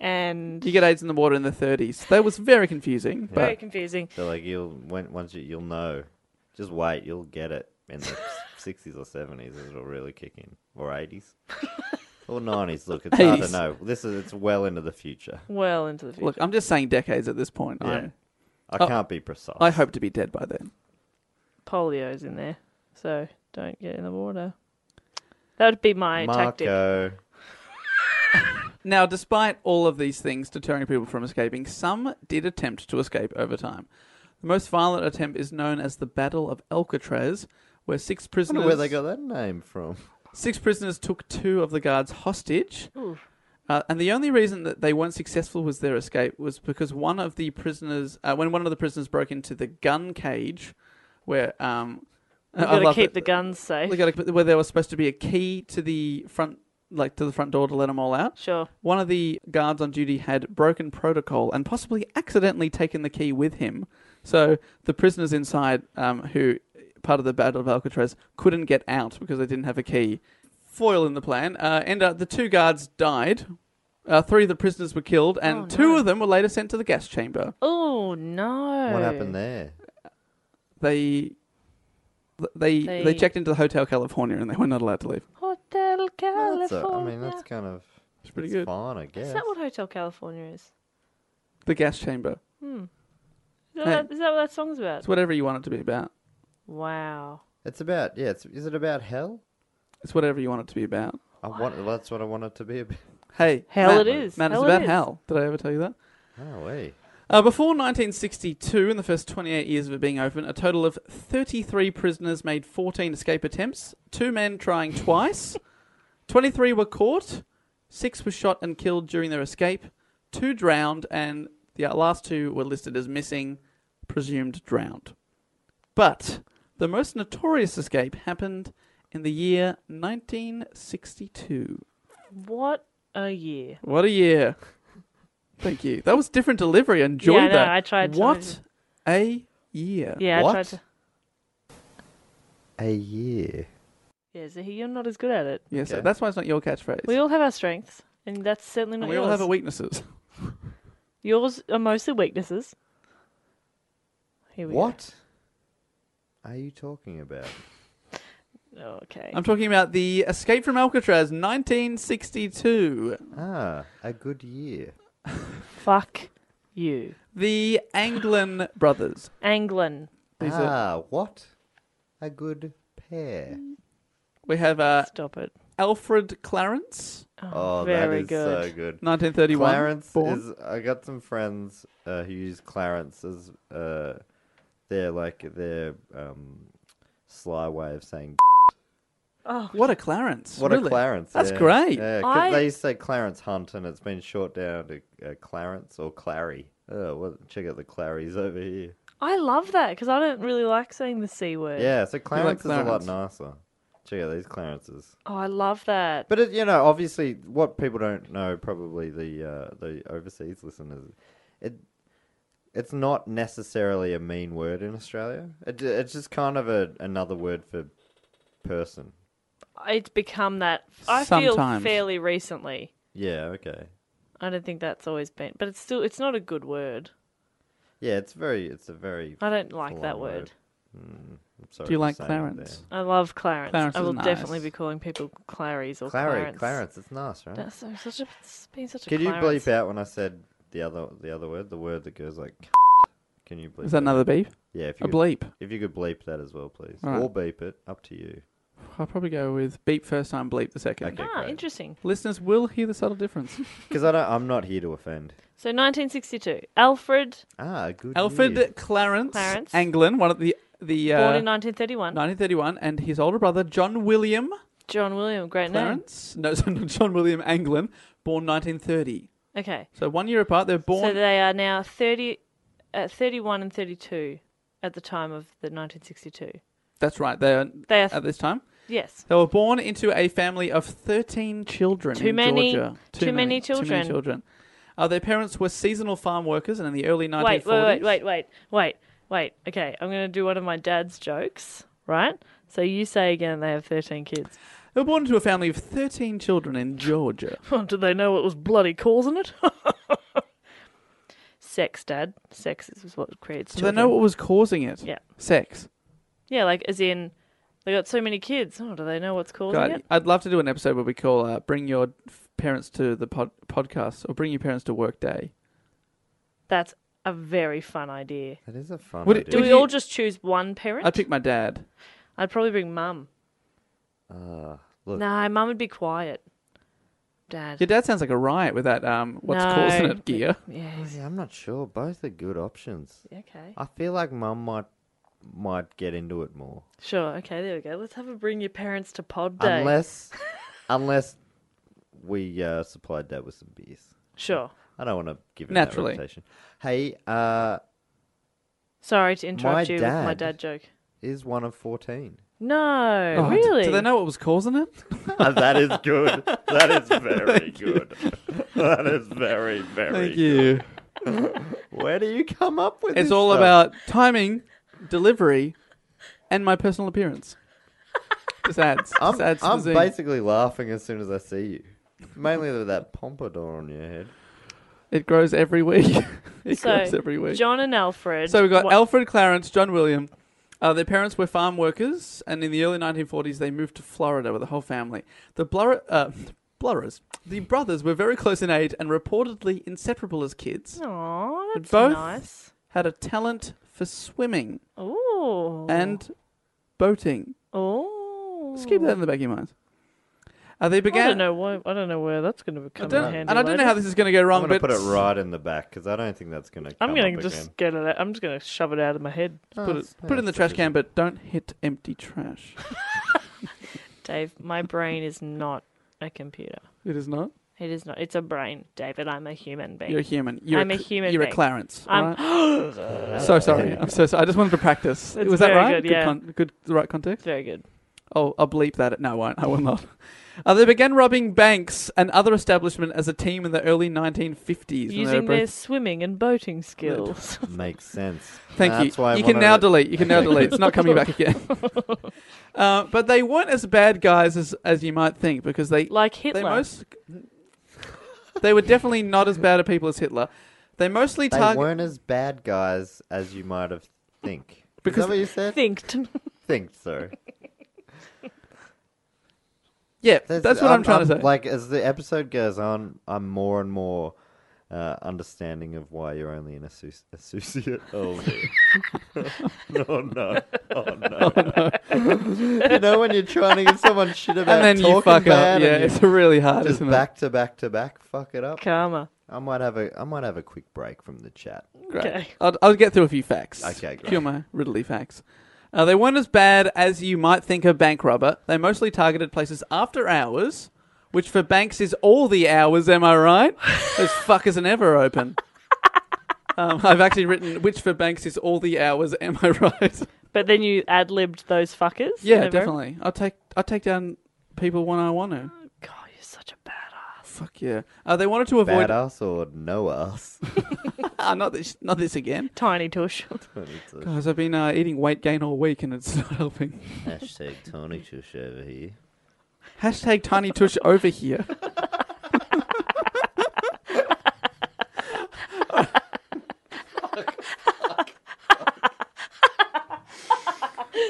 Speaker 2: and
Speaker 1: You get AIDS in the water in the 30s. That was very confusing. But
Speaker 2: very confusing.
Speaker 4: So like you'll when once you you'll know. Just wait, you'll get it in the sixties or seventies. It'll really kick in, or eighties, or nineties. Look, it's hard
Speaker 1: 80s.
Speaker 4: to know. This is it's well into the future.
Speaker 2: Well into the future.
Speaker 1: Look, I'm just saying decades at this point.
Speaker 4: Yeah. I
Speaker 1: Oh.
Speaker 4: can't be precise.
Speaker 1: I, I hope to be dead by then.
Speaker 2: Polio's in there, so don't get in the water. That would be my
Speaker 3: uh,
Speaker 2: tactic.
Speaker 4: Marco.
Speaker 1: Now, despite all of these things deterring people from escaping, some did attempt to escape over time. The most violent attempt is known as the Battle of Alcatraz, where six
Speaker 3: I
Speaker 1: prisoners
Speaker 3: wonder where they got that name from.
Speaker 1: six prisoners took two of the guards hostage. Uh, and the only reason that they weren't successful was their escape was because one of the prisoners, uh, when one of the prisoners broke into the gun cage, where um,
Speaker 2: We've got to keep the guns safe.
Speaker 1: They got a, where there was supposed to be a key to the front, like to the front door to let them all out.
Speaker 2: Sure.
Speaker 1: One of the guards on duty had broken protocol and possibly accidentally taken the key with him. So the prisoners inside, um, who part of the Battle of Alcatraz, couldn't get out because they didn't have a key. Foil in the plan. Uh, end up the two guards died. Uh, three of the prisoners were killed, and two of them were later sent to the gas chamber.
Speaker 2: Oh no.
Speaker 3: What happened there?
Speaker 1: They, they, they,
Speaker 2: They-
Speaker 1: checked into the Hotel California, and they were not allowed to leave.
Speaker 2: Hotel California.
Speaker 3: That's a, I mean, that's kind of
Speaker 1: It's pretty
Speaker 3: it's
Speaker 1: good.
Speaker 3: fine, I guess.
Speaker 2: Is that what Hotel California is? Is
Speaker 1: The gas chamber.
Speaker 2: that,
Speaker 1: Hey.
Speaker 2: what- is that what that song's about?
Speaker 1: It's whatever you want it to be about.
Speaker 2: Wow.
Speaker 3: It's about yeah. It's, is it about hell?
Speaker 1: It's whatever you want it to be about.
Speaker 3: I want. That's what I want it to be about.
Speaker 1: Hey,
Speaker 2: Hell
Speaker 1: Matt,
Speaker 2: it is.
Speaker 1: Matt,
Speaker 2: Hell
Speaker 1: it's
Speaker 2: it
Speaker 1: about
Speaker 2: is.
Speaker 1: hell. Did I ever tell you that?
Speaker 3: Oh, wait.
Speaker 1: Uh, before 1962, in the first 28 years of it being open, a total of 33 prisoners made 14 escape attempts. Two men trying twice. 23 were caught. Six were shot and killed during their escape. Two drowned, and the last two were listed as missing, presumed drowned. But the most notorious escape happened in the year 1962.
Speaker 2: What a year.
Speaker 1: What a year. Thank you. That was different delivery. I enjoyed
Speaker 2: Yeah, I know.
Speaker 1: that.
Speaker 2: I tried to-
Speaker 1: What a year.
Speaker 2: Yeah, I
Speaker 3: What?
Speaker 2: tried to.
Speaker 3: A year.
Speaker 2: Yeah, Zahi, you're not as good at it.
Speaker 1: Yeah, so
Speaker 3: Okay.
Speaker 1: that's why it's not your catchphrase.
Speaker 2: We all have our strengths, and that's certainly
Speaker 1: And
Speaker 2: not
Speaker 1: we
Speaker 2: yours.
Speaker 1: all have our weaknesses.
Speaker 2: Yours are mostly weaknesses. Here we
Speaker 3: What are you talking about?
Speaker 2: go. Okay.
Speaker 1: I'm talking about the Escape from Alcatraz, 1962.
Speaker 3: Ah, a good year.
Speaker 2: Fuck you.
Speaker 1: The Anglin brothers.
Speaker 2: Anglin.
Speaker 1: These are,
Speaker 3: ah, what a good pair.
Speaker 1: we have uh,
Speaker 2: Stop it.
Speaker 1: Alfred Clarence,
Speaker 3: Oh, that
Speaker 2: very
Speaker 3: is
Speaker 2: good.
Speaker 3: so good.
Speaker 1: 1931.
Speaker 3: Clarence
Speaker 1: born.
Speaker 3: is. I got some friends uh, who use Clarence as uh, their like their um, sly way of saying.
Speaker 2: Oh.
Speaker 1: What a Clarence.
Speaker 3: What
Speaker 1: really.
Speaker 3: a Clarence.
Speaker 1: That's
Speaker 3: yeah.
Speaker 1: great.
Speaker 3: Yeah, 'cause
Speaker 2: I-
Speaker 3: they say Clarence Hunt and it's been short down to uh, Clarence or Clary. Oh, well, check out the Clarys over here.
Speaker 2: I love that because I don't really like saying the c word.
Speaker 3: Yeah, so Clarence,
Speaker 1: Clarence.
Speaker 3: is a lot nicer. Check out these Clarences.
Speaker 2: Oh, I love that.
Speaker 3: But it, you know, obviously, what people don't know, probably the uh, the overseas listeners, it it's not necessarily a mean word in Australia. It, it's just kind of a another word for person.
Speaker 2: It's become that. I
Speaker 1: Sometimes.
Speaker 2: feel fairly recently.
Speaker 3: Yeah. Okay.
Speaker 2: I don't think that's always been, but it's still it's not a good word.
Speaker 3: Yeah, it's very. It's a very.
Speaker 2: I don't like that
Speaker 3: Flawed
Speaker 2: word.
Speaker 3: word. I'm sorry
Speaker 1: Do you
Speaker 3: for
Speaker 1: like
Speaker 3: saying it
Speaker 1: Clarence?
Speaker 2: I love Clarence.
Speaker 1: Clarence
Speaker 2: I
Speaker 1: is
Speaker 2: will
Speaker 1: nice.
Speaker 2: definitely be calling people Clarys
Speaker 3: there.
Speaker 2: or
Speaker 3: Clary,
Speaker 2: Clarence.
Speaker 3: Clarence. It's nice, right?
Speaker 2: That's so- such a, it's been such a
Speaker 3: Can you
Speaker 2: Clarence.
Speaker 3: bleep out when I said the other the other word, the word that goes like? Can you bleep?
Speaker 1: Is that
Speaker 3: out?
Speaker 1: another beep?
Speaker 3: Yeah, if you
Speaker 1: A
Speaker 3: could,
Speaker 1: bleep.
Speaker 3: if you could bleep that as well, please,
Speaker 1: All right.
Speaker 3: or beep it, up to you.
Speaker 1: I'll probably go with beep first time, bleep the second.
Speaker 3: Okay.
Speaker 2: Ah,
Speaker 3: Great.
Speaker 2: interesting.
Speaker 1: Listeners will hear the subtle difference.
Speaker 3: Because I don't, I'm not here to offend.
Speaker 2: So 1962, Alfred,
Speaker 3: Ah, good.
Speaker 1: Alfred
Speaker 3: year.
Speaker 1: Clarence,
Speaker 2: Clarence.
Speaker 1: Anglin, one of the the uh,
Speaker 2: born in 1931.
Speaker 1: 1931, and his older brother John William
Speaker 2: John William, great
Speaker 1: Clarence. No, so not John William Anglin, born 1930.
Speaker 2: name. Okay.
Speaker 1: So one year apart, they're born.
Speaker 2: So they are now 30, uh, 31 and 32 at the time of the 1962.
Speaker 1: That's right. They are
Speaker 2: They are
Speaker 1: at this time.
Speaker 2: Yes.
Speaker 1: They were born into a family of 13 children
Speaker 2: Too
Speaker 1: in
Speaker 2: many-
Speaker 1: Georgia.
Speaker 2: too many
Speaker 1: Too many
Speaker 2: children.
Speaker 1: children. Uh, their parents were seasonal farm workers, and in the early 1940s.
Speaker 2: Wait, wait, wait, wait, wait, wait, wait. Okay, I'm going to do one of my dad's jokes, right? So you say again they have 13 kids.
Speaker 1: They were born into a family of 13 children in Georgia.
Speaker 2: Did they know what was bloody causing it? Sex, Dad. Sex is what creates
Speaker 1: So
Speaker 2: children.
Speaker 1: they know what was causing it.
Speaker 2: Yeah.
Speaker 1: Sex.
Speaker 2: Yeah, like as in they got so many kids. Oh, do they know what's causing
Speaker 1: God,
Speaker 2: it?
Speaker 1: I'd love to do an episode where we call uh, Bring Your F- Parents to the pod- Podcast or Bring Your Parents to Work Day.
Speaker 2: That's a very fun idea.
Speaker 3: That is a fun
Speaker 1: Would it-
Speaker 2: Do
Speaker 3: idea.
Speaker 1: Would
Speaker 2: we
Speaker 1: you-
Speaker 2: all just choose one parent?
Speaker 1: I'd pick my dad.
Speaker 2: I'd probably bring mum.
Speaker 1: Uh,
Speaker 3: Ah, look,
Speaker 2: No, mum would be quiet. Dad.
Speaker 1: Your dad sounds like a riot with that um, what's
Speaker 2: No.
Speaker 1: causing it gear.
Speaker 2: Yeah. he's-
Speaker 3: yeah, I'm not sure. Both are good options.
Speaker 2: Okay.
Speaker 3: I feel like Mum might might get into it more,
Speaker 2: Sure. Okay. There we go. Let's have a bring your parents to pod day.
Speaker 3: unless unless we uh, supplied Dad with some beers.
Speaker 2: Sure.
Speaker 3: I don't want to give him
Speaker 1: Naturally.
Speaker 3: that reputation. Hey, uh,
Speaker 2: Sorry to interrupt
Speaker 3: My
Speaker 2: you with my
Speaker 3: dad-
Speaker 2: dad joke.
Speaker 3: is one of fourteen.
Speaker 2: No,
Speaker 1: Oh, d-
Speaker 2: really.
Speaker 1: Do they know what was causing it?
Speaker 3: that is good. That is very good. That is very very.
Speaker 1: Thank you.
Speaker 3: Where do you come up with?
Speaker 1: It's
Speaker 3: this
Speaker 1: all
Speaker 3: stuff?
Speaker 1: about timing, delivery, and my personal appearance. Just adds.
Speaker 3: I'm,
Speaker 1: just adds to the
Speaker 3: I'm
Speaker 1: zing.
Speaker 3: basically laughing as soon as I see you. Mainly with that pompadour on your head.
Speaker 1: It grows every week. it
Speaker 2: So
Speaker 1: grows every week.
Speaker 2: John and Alfred.
Speaker 1: so we've got
Speaker 2: Alfred.
Speaker 1: Alfred Clarence, John William. Uh, their parents were farm workers, and in the early 1940s, they moved to Florida with the whole family. The blur- uh, blurrers, the brothers were very close in age and reportedly inseparable as kids.
Speaker 2: Aw, that's
Speaker 1: both-
Speaker 2: nice.
Speaker 1: Had a talent for swimming
Speaker 2: Ooh.
Speaker 1: and boating.
Speaker 2: oh.
Speaker 1: Just keep that in the back of your mind. Uh, they
Speaker 2: I
Speaker 1: began.
Speaker 2: don't know why. I don't know where that's going to
Speaker 1: I
Speaker 2: become
Speaker 1: don't-
Speaker 2: handy.
Speaker 1: and I don't know
Speaker 2: later.
Speaker 1: how this is going to go
Speaker 3: I'm
Speaker 1: wrong,
Speaker 3: going to
Speaker 1: but
Speaker 3: put it right in the back because I don't think that's going to.
Speaker 2: I'm
Speaker 3: going to
Speaker 2: gonna just get it. out- I'm just going to shove it out of my head.
Speaker 1: put it, put it in the trash can, but don't hit empty trash.
Speaker 2: Dave, my brain is not a computer.
Speaker 1: It is not.
Speaker 2: It is not. It's a brain, David. I'm a human being.
Speaker 1: You're a human. You're
Speaker 2: I'm a
Speaker 1: cl-
Speaker 2: human
Speaker 1: You're a
Speaker 2: being.
Speaker 1: Clarence.
Speaker 2: I'm-
Speaker 1: all right? so sorry. I'm so sorry. I just wanted to practice.
Speaker 2: That's
Speaker 1: was that
Speaker 2: very
Speaker 1: right?
Speaker 2: good, yeah.
Speaker 1: con- good. The right context.
Speaker 2: Very good.
Speaker 1: Oh, I'll bleep that. No, I won't. I will not. Uh, they began robbing banks and other establishment as a team in the early 1950s. and they
Speaker 2: Using
Speaker 1: were
Speaker 2: their
Speaker 1: both-
Speaker 2: swimming and boating skills.
Speaker 3: Makes sense.
Speaker 1: Thank
Speaker 3: That's
Speaker 1: you.
Speaker 3: Why I
Speaker 1: you can
Speaker 3: wanted
Speaker 1: now
Speaker 3: it.
Speaker 1: delete. You can now delete. It's not coming back again. uh, but they weren't as bad guys as, as you might think because they
Speaker 2: like
Speaker 1: they
Speaker 2: Hitler.
Speaker 1: most they were definitely not as bad a people as Hitler. They mostly
Speaker 3: They
Speaker 1: target
Speaker 3: weren't as bad guys as you might have think.
Speaker 1: Because-
Speaker 3: is that what you said?
Speaker 2: Think to
Speaker 3: think so.
Speaker 1: yeah. That's, what I'm, trying to say.
Speaker 3: Like as the episode goes on, I'm more and more uh, understanding of why you're only an associ- associate. Oh dear. no, no, oh no. you know when you're trying to give someone shit about
Speaker 1: and then you
Speaker 3: talking
Speaker 1: fuck
Speaker 3: bad
Speaker 1: up. Yeah,
Speaker 3: and
Speaker 1: it's
Speaker 3: you
Speaker 1: really hard,
Speaker 3: just
Speaker 1: isn't
Speaker 3: back to back to back, fuck it up.
Speaker 2: karma.
Speaker 3: I might have a I might have a quick break from the chat.
Speaker 1: it? Great.
Speaker 2: Okay.
Speaker 1: I'll, I'll get through a few facts.
Speaker 3: Okay,
Speaker 1: A few
Speaker 3: great.
Speaker 1: of my riddly facts. Uh, they weren't as bad as you might think a bank robber. They mostly targeted places after hours, which for banks is all the hours, am I right? Those fuckers are never open. Um, I've actually written, which for banks is all the hours, am I right?
Speaker 2: But then you ad libbed those fuckers.
Speaker 1: yeah,
Speaker 2: in a very-
Speaker 1: definitely. I'll take, I'll take down people when I want to.
Speaker 2: God, you're such a badass.
Speaker 1: Fuck yeah. Uh, they wanted to avoid.
Speaker 3: Badass or no ass?
Speaker 1: Ah, not this, not this again.
Speaker 2: Tiny tush.
Speaker 1: Guys, I've been uh, eating weight gain all week and it's not helping.
Speaker 3: Hashtag Tony Tush over here.
Speaker 1: Hashtag tiny tush over here.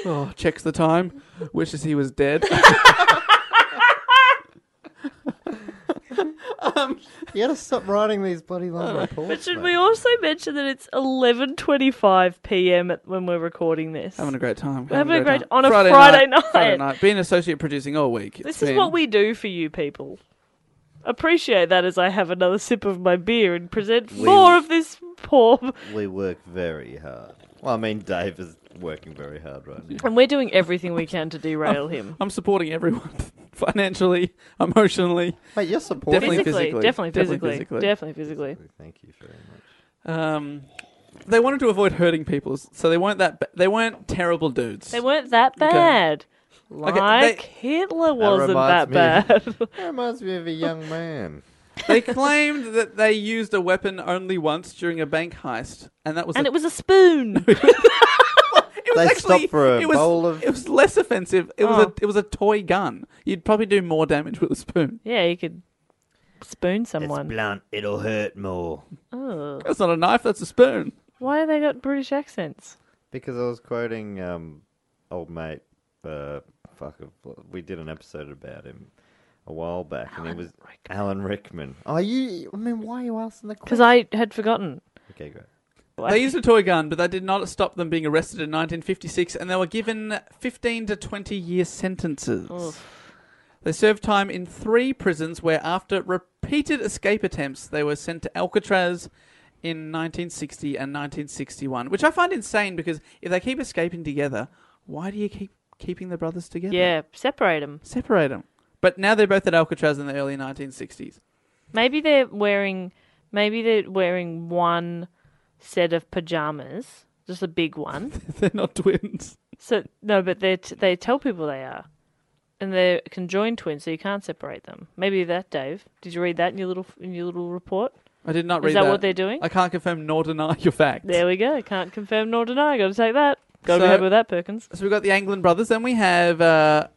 Speaker 1: oh, checks the time. Wishes he was dead.
Speaker 3: You gotta stop writing these bloody long reports.
Speaker 2: Should
Speaker 3: mate.
Speaker 2: we also mention that it's 11:25 p.m. at- when we're recording this?
Speaker 1: Having a great time.
Speaker 2: Having a great- on a Friday night.
Speaker 1: Friday night. Being associate producing all week.
Speaker 2: This
Speaker 1: It's
Speaker 2: is what
Speaker 1: been-
Speaker 2: we do for you people. Appreciate that as I have another sip of my beer and present more of this poor.
Speaker 3: We work very hard. Well, I mean, Dave is working very hard right now.
Speaker 2: And we're doing everything we can to derail him.
Speaker 1: I'm supporting everyone financially, emotionally.
Speaker 3: Mate, you're supporting.
Speaker 1: Definitely physically.
Speaker 2: Definitely
Speaker 1: Definitely
Speaker 2: physically.
Speaker 1: physically.
Speaker 2: Definitely physically.
Speaker 3: Thank you very much.
Speaker 1: Um, they wanted to avoid hurting people, so they weren't that. Ba- they weren't terrible dudes.
Speaker 2: They weren't that bad.
Speaker 1: they-
Speaker 2: Like Hitler wasn't that,
Speaker 3: reminds
Speaker 2: bad.
Speaker 3: That reminds me of a young man.
Speaker 1: They claimed that they used a weapon only once during a bank heist, and that was.
Speaker 2: and
Speaker 1: a-
Speaker 2: it was a spoon.
Speaker 1: it was
Speaker 3: They
Speaker 1: actually-
Speaker 3: stopped for a
Speaker 1: it was,
Speaker 3: bowl of-
Speaker 1: It was less offensive. It was a.
Speaker 2: Oh.
Speaker 1: It was a toy gun. You'd probably do more damage with a spoon.
Speaker 2: yeah, you could spoon someone.
Speaker 3: blunt. It'll hurt more.
Speaker 2: Ugh.
Speaker 1: That's not a knife. That's a spoon.
Speaker 2: Why have they got British accents?
Speaker 3: Because I was quoting um, old mate. Uh, fuck. We did an episode about him a while back, and he was Alan Rickman. Are you? I mean, why are you asking the
Speaker 2: Because
Speaker 3: question?
Speaker 2: I had forgotten.
Speaker 3: Okay, great.
Speaker 1: They used a toy gun, but that did not stop them being arrested in 1956, and they were given 15 to 20 year sentences. They served time in three prisons where, after repeated escape attempts, they were sent to Alcatraz in 1960 and 1961, which I find insane because if they keep escaping together, why do you keep keeping the brothers together?
Speaker 2: Yeah, separate them.
Speaker 1: Separate them. But now they're both at Alcatraz in the early 1960s.
Speaker 2: Maybe they're wearing maybe they're wearing one set of pajamas, just a big one.
Speaker 1: they're not twins.
Speaker 2: So no, but they t- they tell people they are, and they're conjoined twins, so you can't separate them. Maybe that, Dave. Did you read that in your little in your little report?
Speaker 1: I did not
Speaker 2: Is
Speaker 1: read
Speaker 2: that what they're doing?
Speaker 1: I can't confirm nor deny your fact.
Speaker 2: There we go. Can't confirm nor deny. Got to take that. Got to
Speaker 1: So-
Speaker 2: be happy with that, Perkins.
Speaker 1: So we've got the Anglin brothers. Then we have uh,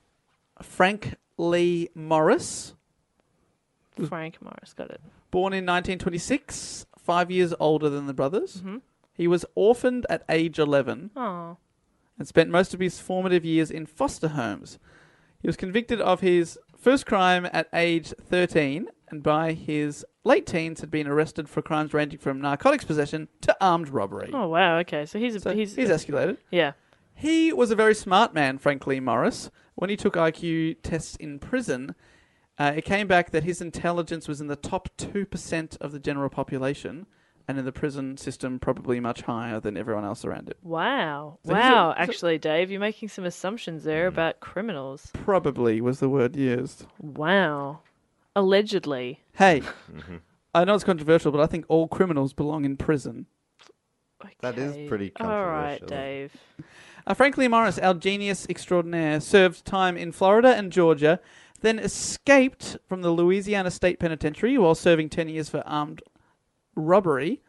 Speaker 1: Frank Lee Morris,
Speaker 2: Frank Morris got it.
Speaker 1: born in 1926, five years older than the brothers.
Speaker 2: Mm-hmm.
Speaker 1: He was orphaned at age 11
Speaker 2: Oh,
Speaker 1: and spent most of his formative years in foster homes. He was convicted of his first crime at age 13 and by his late teens had been arrested for crimes ranging from narcotics possession to armed robbery.
Speaker 2: oh wow. Okay, so he's a
Speaker 1: so
Speaker 2: he's,
Speaker 1: he's escalated.
Speaker 2: yeah.
Speaker 1: He was a very smart man, frankly, Morris. When he took IQ tests in prison, uh, it came back that his intelligence was in the top 2% of the general population, and in the prison system, probably much higher than everyone else around it.
Speaker 2: Wow,
Speaker 1: So he's a-
Speaker 2: wow.
Speaker 1: he's a-
Speaker 2: Actually, Dave, you're making some assumptions
Speaker 3: Hmm.
Speaker 2: there about criminals.
Speaker 1: Probably was the word used.
Speaker 2: Wow, allegedly.
Speaker 1: Hey, I know it's controversial, but I think all criminals belong in prison.
Speaker 3: That is
Speaker 2: Okay.
Speaker 3: pretty
Speaker 2: All right,
Speaker 3: controversial.
Speaker 2: Dave.
Speaker 1: Uh, Franklin Morris, our genius extraordinaire, served time in Florida and Georgia, then escaped from the Louisiana State Penitentiary while serving 10 years for armed robbery.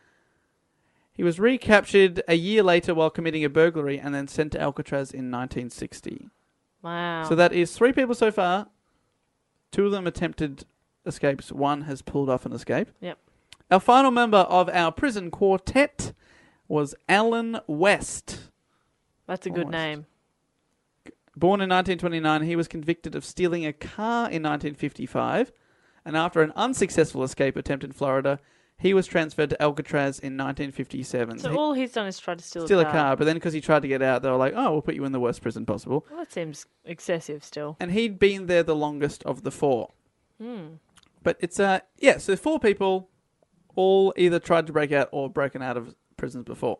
Speaker 1: He was recaptured a year later while committing a burglary and then sent to Alcatraz in 1960.
Speaker 2: Wow.
Speaker 1: So that is three people so far. Two of them attempted escapes, one has pulled off an escape.
Speaker 2: Yep.
Speaker 1: Our final member of our prison quartet was Alan West.
Speaker 2: That's a good
Speaker 1: Almost.
Speaker 2: name.
Speaker 1: Born in 1929, he was convicted of stealing a car in 1955, and after an unsuccessful escape attempt in Florida, he was transferred to Alcatraz in 1957.
Speaker 2: So
Speaker 1: He-
Speaker 2: all he's done is try to steal,
Speaker 1: steal
Speaker 2: a
Speaker 1: a car, but then because he tried to get out, they were like, "Oh, we'll put you in the worst prison possible."
Speaker 2: Well, that seems excessive still. Hmm.
Speaker 1: And he'd been there the longest of the four. But it's uh, yeah, so four people, all either tried to break out or broken out of prisons before.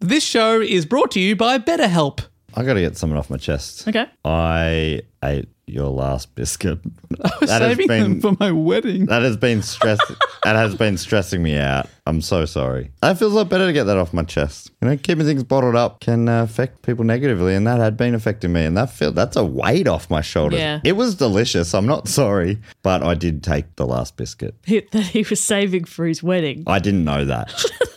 Speaker 1: This show is brought to you by BetterHelp.
Speaker 3: I got to get something off my chest.
Speaker 1: Okay.
Speaker 3: I ate your last biscuit.
Speaker 1: Saving them for my wedding.
Speaker 3: That has been stress. that has been stressing me out. I'm so sorry. I feels a lot better to get that off my chest. You know, keeping things bottled up can uh, affect people negatively, and that had been affecting me. And that feel that's a weight off my shoulders.
Speaker 2: Yeah.
Speaker 3: It was delicious. I'm not sorry, but I did take the last biscuit.
Speaker 2: Hit that he was saving for his wedding.
Speaker 3: I didn't know that.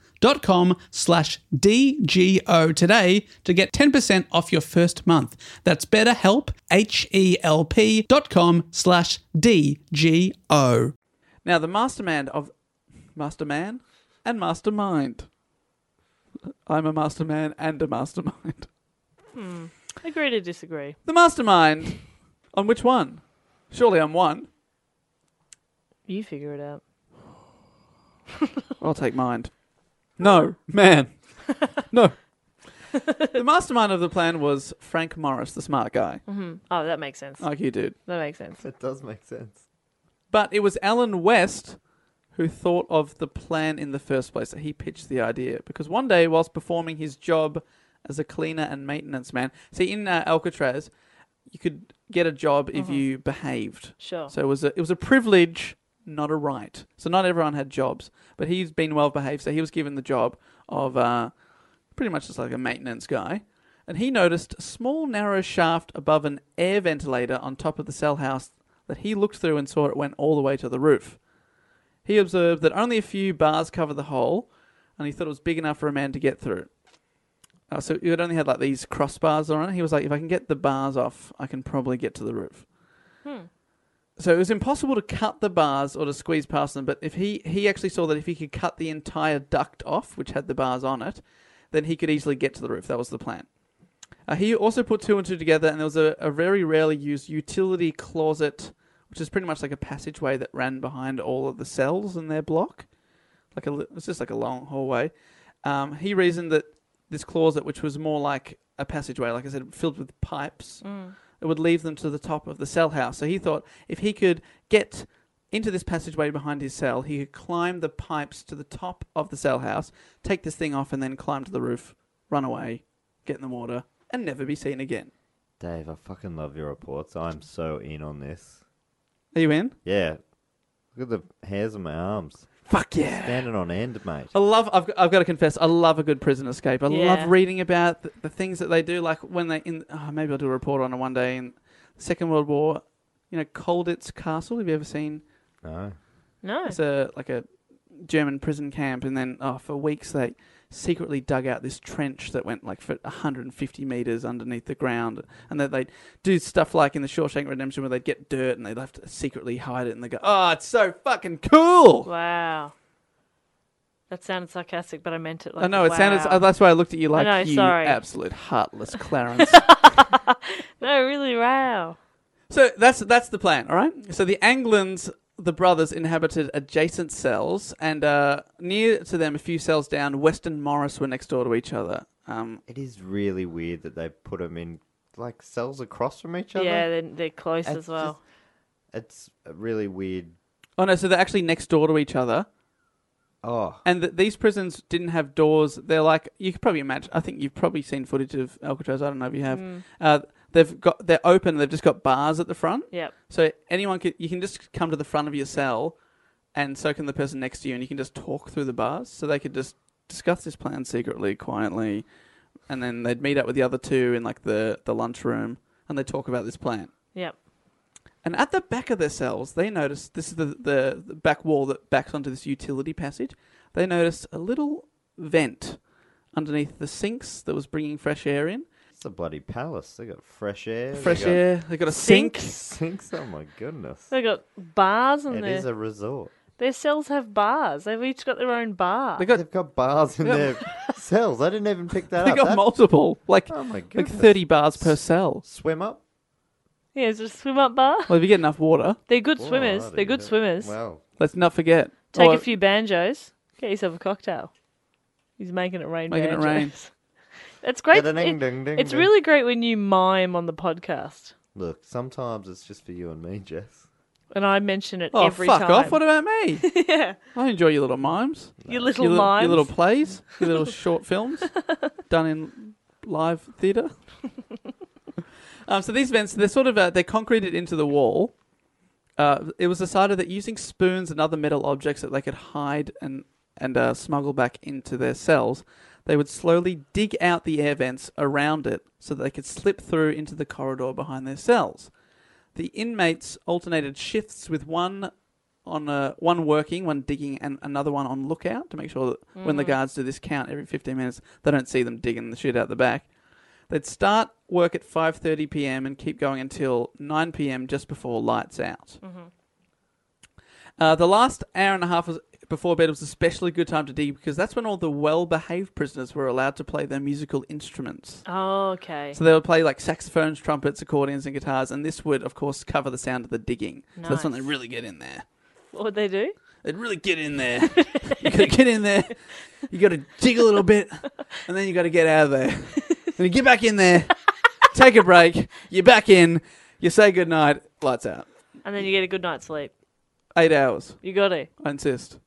Speaker 1: slash DGO today to get 10% off your first month. That's betterhelp, H-E-L-P dot com slash D-G-O.
Speaker 5: Now, the mastermind of masterman and mastermind. I'm a masterman and a mastermind.
Speaker 6: Hmm. Agree to disagree.
Speaker 5: The mastermind on which one? Surely I'm one.
Speaker 6: You figure it out.
Speaker 5: I'll take mind. No, man. no. the mastermind of the plan was Frank Morris, the smart guy.
Speaker 6: Oh, that makes sense.
Speaker 5: Like you, dude.
Speaker 6: That makes sense.
Speaker 7: It does make sense.
Speaker 5: But it was Alan West who thought of the plan in the first place. He pitched the idea because one day, whilst performing his job as a cleaner and maintenance man, see in uh, Alcatraz, you could get a job if you behaved.
Speaker 6: Sure.
Speaker 5: So it was a it was a privilege, not a right. So not everyone had jobs, but he's been well behaved, so he was given the job of uh, pretty much just like a maintenance guy. And he noticed a small narrow shaft above an air ventilator on top of the cell house that he looked through and saw it went all the way to the roof. He observed that only a few bars cover the hole, and he thought it was big enough for a man to get through. Uh, so it only had like these crossbars on it. He was like, if I can get the bars off, I can probably get to the roof. So it was impossible to cut the bars or to squeeze past them. But if he he actually saw that if he could cut the entire duct off, which had the bars on it, then he could easily get to the roof. That was the plan. Uh, he also put two and two together, and there was a, a very rarely used utility closet, which is pretty much like a passageway that ran behind all of the cells in their block. Like a, li- it's just like a long hallway. Um, he reasoned that this closet, which was more like a passageway, like I said, filled with pipes, it would leave them to the top of the cell house. So he thought if he could get into this passageway behind his cell, he could climb the pipes to the top of the cell house, take this thing off, and then climb to the roof, run away, get in the water, and never be seen again.
Speaker 7: Dave, I fucking love your reports. I'm so in on this.
Speaker 5: Are you in?
Speaker 7: Yeah. Look at the hairs on my arms.
Speaker 5: Fuck yeah.
Speaker 7: Standing on end, mate.
Speaker 5: I love. I've, I've got to confess. I love a good prison escape. I
Speaker 6: Yeah.
Speaker 5: love reading about the, the things that they do. Like when they in. Oh, maybe I'll do a report on it one day. In Second World War, you know, Colditz Castle. Have you ever seen?
Speaker 7: No.
Speaker 6: No.
Speaker 5: It's a like a German prison camp, and then oh, for weeks they secretly dug out this trench that went like for 150 meters underneath the ground, and that they'd do stuff like in the Shawshank Redemption where they'd get dirt and they'd have to secretly hide it, and they go, "Oh, it's so fucking cool."
Speaker 6: Wow. That sounded sarcastic, but I meant it like
Speaker 5: I know it
Speaker 6: wow.
Speaker 5: sounded. Uh, that's why I looked at you like
Speaker 6: know,
Speaker 5: you
Speaker 6: sorry.
Speaker 5: absolute heartless Clarence.
Speaker 6: No, really, wow.
Speaker 5: so that's that's the plan. All right. So the Anglins, the brothers, inhabited adjacent cells, and uh, near to them, a few cells down, West and Morris were next door to each other. Um,
Speaker 7: It is really weird that they put them in like cells across from each other.
Speaker 6: Yeah, they're, they're close
Speaker 7: It's
Speaker 6: as well.
Speaker 7: just- it's a really weird.
Speaker 5: oh no, so they're actually next door to each other,
Speaker 7: Oh,
Speaker 5: and th these prisons didn't have doors. They're like you could probably imagine. I think you've probably seen footage of Alcatraz. I don't know if you have. Uh, they've got they're open. They've just got bars at the front.
Speaker 6: Yep.
Speaker 5: So anyone can you can just come to the front of your cell, and so can the person next to you, and you can just talk through the bars. So they could just discuss this plan secretly, quietly, and then they'd meet up with the other two in like the the lunchroom, and they would talk about this plan.
Speaker 6: Yep.
Speaker 5: And at the back of their cells, they noticed this is the, the, the back wall that backs onto this utility passage. They noticed a little vent underneath the sinks that was bringing fresh air in.
Speaker 1: It's a bloody palace. They got fresh air. they
Speaker 5: Fresh
Speaker 1: got
Speaker 5: air. They got a sink.
Speaker 1: Sinks. Oh my goodness.
Speaker 2: They got bars in
Speaker 1: It
Speaker 2: there.
Speaker 1: is a resort.
Speaker 2: Their cells have bars. They've each got their own bar.
Speaker 5: They got-
Speaker 1: They've got bars in
Speaker 5: Yeah.
Speaker 1: their cells. I didn't even pick that
Speaker 5: They
Speaker 1: up.
Speaker 5: got
Speaker 1: That-
Speaker 5: multiple, like
Speaker 1: Oh my
Speaker 5: like
Speaker 1: goodness.
Speaker 5: thirty bars per cell.
Speaker 1: Swim up.
Speaker 2: yeah, it's a swim up bar.
Speaker 5: Well, if you get enough water,
Speaker 2: They're good
Speaker 1: Whoa,
Speaker 2: swimmers.
Speaker 1: bloody
Speaker 2: They're good
Speaker 1: hell.
Speaker 2: swimmers.
Speaker 1: Wow.
Speaker 5: let's not forget. Oh,
Speaker 2: Take
Speaker 5: Or-
Speaker 2: a few banjos. Get yourself a cocktail. He's making it rain.
Speaker 5: Making it
Speaker 2: banjos.
Speaker 5: rain.
Speaker 2: It's great.
Speaker 1: Da-da-ding,
Speaker 2: it-
Speaker 1: ding, ding,
Speaker 2: it's
Speaker 1: ding.
Speaker 2: really great when you mime on the podcast,
Speaker 1: Look, sometimes it's just for you and me, Jess.
Speaker 2: and I mention it
Speaker 5: Oh,
Speaker 2: every
Speaker 5: fuck
Speaker 2: time.
Speaker 5: off! What about me?
Speaker 2: yeah,
Speaker 5: I enjoy your little mimes,
Speaker 2: your little
Speaker 5: your, little,
Speaker 2: mimes.
Speaker 5: your little plays, your little short films done in live theatre. um, so these vents, they're sort of uh, they're concreted into the wall. Uh, it was decided that using spoons and other metal objects that they could hide and and uh, smuggle back into their cells, they would slowly dig out the air vents around it so that they could slip through into the corridor behind their cells. The inmates alternated shifts with one on uh, one working, one digging, and another one on lookout to make sure that when the guards do this count every 15 minutes, they don't see them digging the shit out the back. They'd start work at 5:30 p.m. and keep going until 9 p.m. just before lights out. Uh, the last hour and a half was, before bed was especially a good time to dig because that's when all the well-behaved prisoners were allowed to play their musical instruments.
Speaker 2: Oh, okay.
Speaker 5: So they would play like saxophones, trumpets, accordions, and guitars, and this would, of course, cover the sound of the digging. So that's when they
Speaker 2: Nice.
Speaker 5: really get in there.
Speaker 2: What would they do?
Speaker 5: They'd really get in there. you gotta get in there. You gotta dig a little bit, and then you gotta get out of there. And you get back in there, take a break. You're back in. You say goodnight. Lights out.
Speaker 2: And then you get a good night's sleep.
Speaker 5: Eight hours.
Speaker 2: You got to.
Speaker 5: I insist.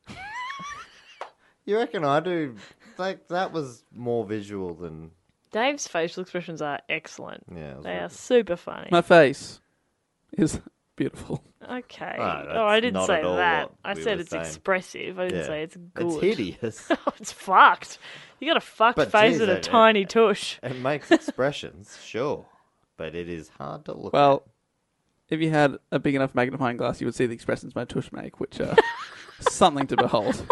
Speaker 1: You reckon I do? Like that was more visual than
Speaker 2: Dave's facial expressions are excellent.
Speaker 1: yeah. it was
Speaker 2: They
Speaker 1: really-
Speaker 2: are super funny.
Speaker 5: My face is beautiful.
Speaker 2: Okay.
Speaker 1: Ah, that's
Speaker 2: oh, I didn't
Speaker 1: not
Speaker 2: say
Speaker 1: at all
Speaker 2: that.
Speaker 1: what
Speaker 2: I
Speaker 1: we
Speaker 2: said
Speaker 1: were
Speaker 2: it's
Speaker 1: saying.
Speaker 2: expressive. I didn't
Speaker 1: Yeah.
Speaker 2: say it's good.
Speaker 1: It's hideous.
Speaker 2: it's fucked. You got a fucked
Speaker 1: But
Speaker 2: face
Speaker 1: geez,
Speaker 2: and a
Speaker 1: it- it-
Speaker 2: tiny tush.
Speaker 1: it makes expressions, sure, but it is hard to look.
Speaker 5: Well, if you had a big enough magnifying glass, you would see the expressions my tush make, which are something to behold.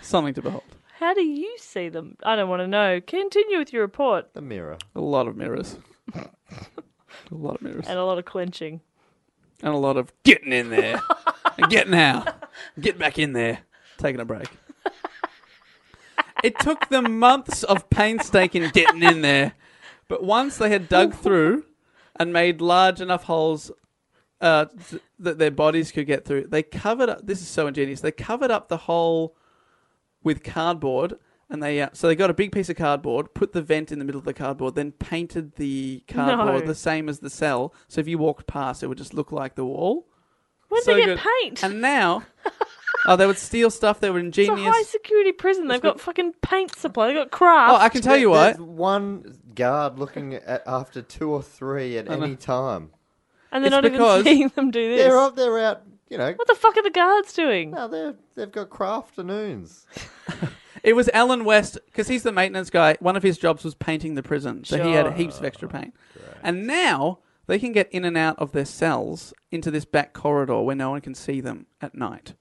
Speaker 5: something to behold.
Speaker 2: How do you see them? I don't want to know. Continue with your report.
Speaker 1: at. the mirror.
Speaker 5: A lot of mirrors. a lot of mirrors.
Speaker 2: And a lot of clenching.
Speaker 5: and a lot of getting in there and getting out, get back in there, taking a break. It took them months of painstaking getting in there, but once they had dug through and made large enough holes uh, th- that their bodies could get through, they covered up. This is so ingenious. They covered up the hole with cardboard. And they uh, so they got a big piece of cardboard, put the vent in the middle of the cardboard, then painted the cardboard
Speaker 2: No.
Speaker 5: the same as the cell. So if you walked past, it would just look like the wall.
Speaker 2: Where'd
Speaker 5: So
Speaker 2: they get
Speaker 5: good.
Speaker 2: paint?
Speaker 5: And now, oh, they would steal stuff. They were
Speaker 2: it's a high
Speaker 5: ingenious.
Speaker 2: security prison. They've got fucking paint supply. They've got
Speaker 5: Oh,
Speaker 2: craft.
Speaker 5: I can tell you
Speaker 1: There-
Speaker 5: what.
Speaker 1: there's one guard looking at after two or three at any time.
Speaker 2: and they're
Speaker 5: it's
Speaker 2: not even
Speaker 5: because
Speaker 2: seeing them do this.
Speaker 1: They're up. They're out. You know.
Speaker 2: What the fuck are the guards doing?
Speaker 1: No, they're they've got crafternoons.
Speaker 5: It was Alan West because he's the maintenance guy. One of his jobs was painting the prison, so he
Speaker 2: Sure.
Speaker 5: had heaps of
Speaker 1: Oh,
Speaker 5: extra paint. And now they can get in and out of their cells into this back corridor where no one can see them at night.